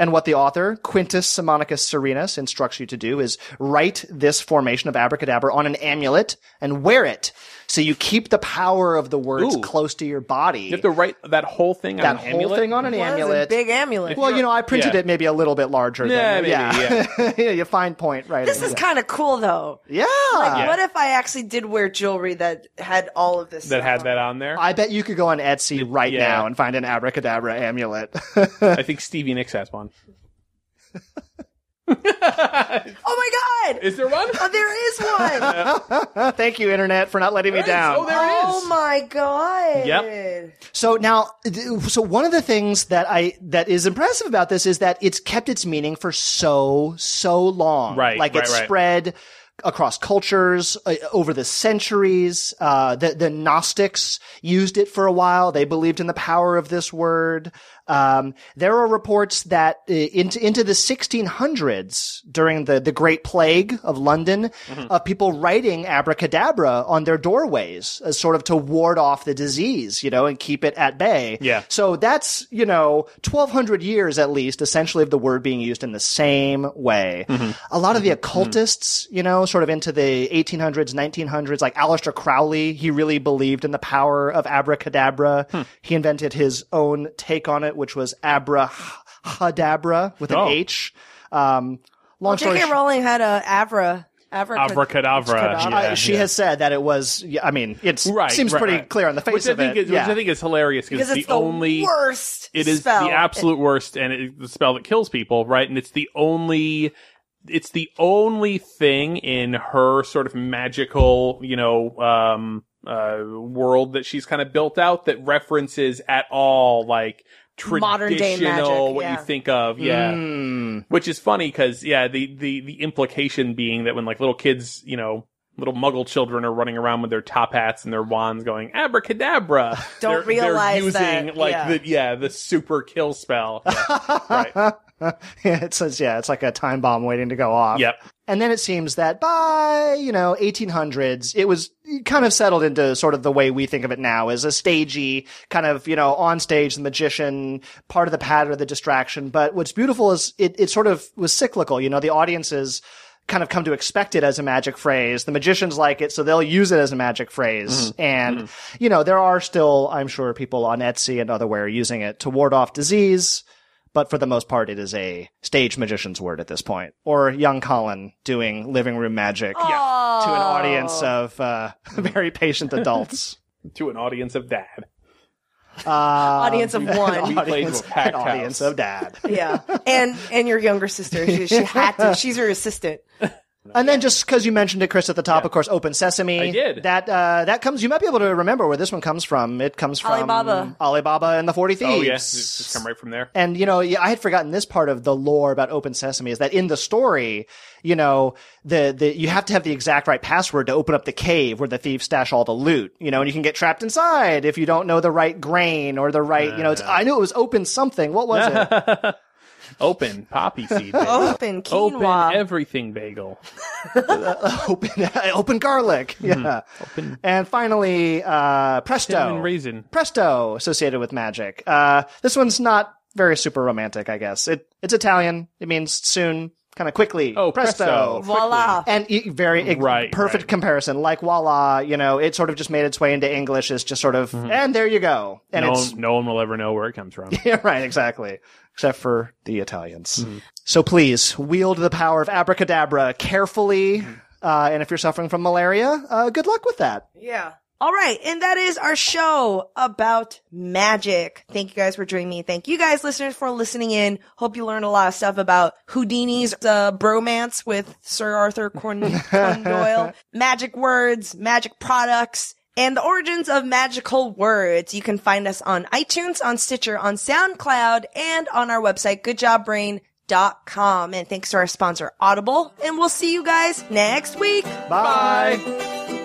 Speaker 2: And what the author, Quintus Simonicus Serenus, instructs you to do is write this formation of abracadabra on an amulet and wear it. So you keep the power of the words
Speaker 3: Ooh.
Speaker 2: close to your body.
Speaker 3: You have to write that whole thing
Speaker 2: that
Speaker 3: on
Speaker 2: whole
Speaker 3: an amulet.
Speaker 2: thing on an
Speaker 1: Well, it's
Speaker 2: amulet.
Speaker 1: a big amulet.
Speaker 2: well, you know, I printed
Speaker 3: Yeah.
Speaker 2: it maybe a little bit larger.
Speaker 3: Yeah,
Speaker 2: than,
Speaker 3: maybe,
Speaker 2: yeah. yeah. You fine point right.
Speaker 1: this is kind of cool though.
Speaker 2: yeah.
Speaker 1: Like, what if I actually did wear jewelry that had all of this? stuff
Speaker 3: that had
Speaker 1: on
Speaker 3: that
Speaker 1: it?
Speaker 3: on there. I,
Speaker 2: I bet you could go on Etsy right
Speaker 3: yeah.
Speaker 2: now and find an abracadabra amulet.
Speaker 3: think Stevie Nicks has one.
Speaker 1: Oh my god!
Speaker 3: Is there one?
Speaker 1: oh, there is one.
Speaker 2: Thank you, internet, for not letting me down.
Speaker 3: Oh, there it
Speaker 1: oh
Speaker 3: is.
Speaker 1: my god.
Speaker 3: Yep.
Speaker 2: So now, so one of the things that I that is impressive about this is that it's kept its meaning for so so long.
Speaker 3: Right,
Speaker 2: like it's
Speaker 3: right, right.
Speaker 2: spread across cultures uh, over the centuries. Uh, the the Gnostics used it for a while. They believed in the power of this word. Um, there are reports that uh, into into the 1600s, during the the Great Plague of London, of people writing abracadabra on their doorways as sort of to ward off the disease, you know, and keep it at bay.
Speaker 3: Yeah.
Speaker 2: So that's you know 1,200 years at least, essentially, of the word being used in the same way.
Speaker 3: Mm-hmm.
Speaker 2: A lot of the occultists, you know, sort of into the 1800s, 1900s, like Aleister Crowley, he really believed in the power of abracadabra.
Speaker 3: Hmm.
Speaker 2: He invented his own take on it, which was abracadabra with an
Speaker 3: Oh.
Speaker 2: H. Um, long story
Speaker 1: J.K.
Speaker 2: short,
Speaker 1: Rowling had a Avra. Avra.
Speaker 3: Abracadabra.
Speaker 1: Abracadabra.
Speaker 3: Yeah,
Speaker 2: uh, she
Speaker 3: yeah.
Speaker 2: has said that it was. yeah, I mean, it's
Speaker 3: Right.
Speaker 2: seems
Speaker 3: right,
Speaker 2: pretty
Speaker 3: right.
Speaker 2: clear on the face
Speaker 3: which
Speaker 2: of
Speaker 3: I think
Speaker 2: it.
Speaker 3: is-
Speaker 2: yeah.
Speaker 3: Which I think is hilarious
Speaker 1: Because
Speaker 3: it's the only
Speaker 1: worst.
Speaker 3: It is
Speaker 1: spell.
Speaker 3: the absolute worst, and it's the spell that kills people, right? And it's the only, it's the only thing in her sort of magical, you know, um, uh, world that she's kind of built out that references at all like traditional
Speaker 1: Modern day magic,
Speaker 3: what
Speaker 1: yeah.
Speaker 3: you think of, yeah.
Speaker 2: Mm.
Speaker 3: Which is funny because yeah, the the the implication being that when like little kids, you know. Little muggle children are running around with their top hats and their wands going abracadabra.
Speaker 1: Don't
Speaker 3: they're,
Speaker 1: realize
Speaker 3: they're using
Speaker 1: that,
Speaker 3: like
Speaker 1: yeah.
Speaker 3: the yeah, the super kill spell. Yeah, right.
Speaker 2: Yeah, it says yeah, it's like a time bomb waiting to go off.
Speaker 3: Yep.
Speaker 2: And then it seems that by, you know, 1800s, it was kind of settled into sort of the way we think of it now as a stagey kind of, you know, on stage, the magician, part of the pattern of the distraction. But what's beautiful is it, it sort of was cyclical. You know, the audiences kind of come to expect it as a magic phrase. The magicians like it, so they'll use it as a magic phrase. And, you know, there are still, I'm sure, people on Etsy and otherwhere using it to ward off disease but for the most part, it is a stage magician's word at this point, or young Colin doing living room magic to an audience of uh, very patient adults.
Speaker 3: To an audience of dad.
Speaker 1: audience of one.
Speaker 3: We played to a
Speaker 2: audience,
Speaker 3: packed
Speaker 2: an audience
Speaker 3: house.
Speaker 2: of dad,
Speaker 1: yeah, and and your younger sister. She, she had to. She's her assistant.
Speaker 2: and then just because you mentioned it, Chris, at the top, of course, Open Sesame.
Speaker 3: I did.
Speaker 2: that. Uh, that comes. You might be able to remember where this one comes from. It comes from
Speaker 1: Alibaba.
Speaker 2: Alibaba and the Forty Thieves.
Speaker 3: Oh yes, it's just come right from there.
Speaker 2: And you know, yeah, I had forgotten this part of the lore about Open Sesame is that in the story, you know, the the you have to have the exact right password to open up the cave where the thieves stash all the loot. You know, and you can get trapped inside if you don't know the right grain or the right. You know, it's, I knew it was open something. What was it?
Speaker 3: Open poppy seed. Bagel.
Speaker 1: Open
Speaker 3: Open
Speaker 1: quinoa.
Speaker 3: everything bagel.
Speaker 2: open open garlic. Yeah.
Speaker 3: Hmm. Open
Speaker 2: And finally, uh,
Speaker 3: cinnamon
Speaker 2: Presto.
Speaker 3: raisin.
Speaker 2: Presto associated with magic. Uh, this one's not very super romantic, I guess. It it's Italian. It means soon, kind of quickly.
Speaker 3: Oh, presto.
Speaker 1: Voila.
Speaker 2: And e- very e-
Speaker 3: Right,
Speaker 2: perfect
Speaker 3: right.
Speaker 2: comparison, like voila. You know, it sort of just made its way into English. It's just sort of, and there you go. And
Speaker 3: Mm-hmm. no,
Speaker 2: it's
Speaker 3: one, no one will ever know where it comes from.
Speaker 2: yeah, right, exactly. Except for the Italians.
Speaker 3: Mm-hmm.
Speaker 2: So please wield the power of abracadabra carefully.
Speaker 3: Mm-hmm.
Speaker 2: Uh, and if you're suffering from malaria, uh, good luck with that.
Speaker 1: Yeah. All right. And that is our show about magic. Thank you guys for joining me. Thank you guys, listeners, for listening in. Hope you learned a lot of stuff about Houdini's uh, bromance with Sir Arthur Corn- Conan Doyle, magic words, magic products, and the origins of magical words. You can find us on iTunes, on Stitcher, on SoundCloud, and on our website, goodjobbrain.com. And thanks to our sponsor, Audible. And we'll see you guys next week.
Speaker 2: Bye.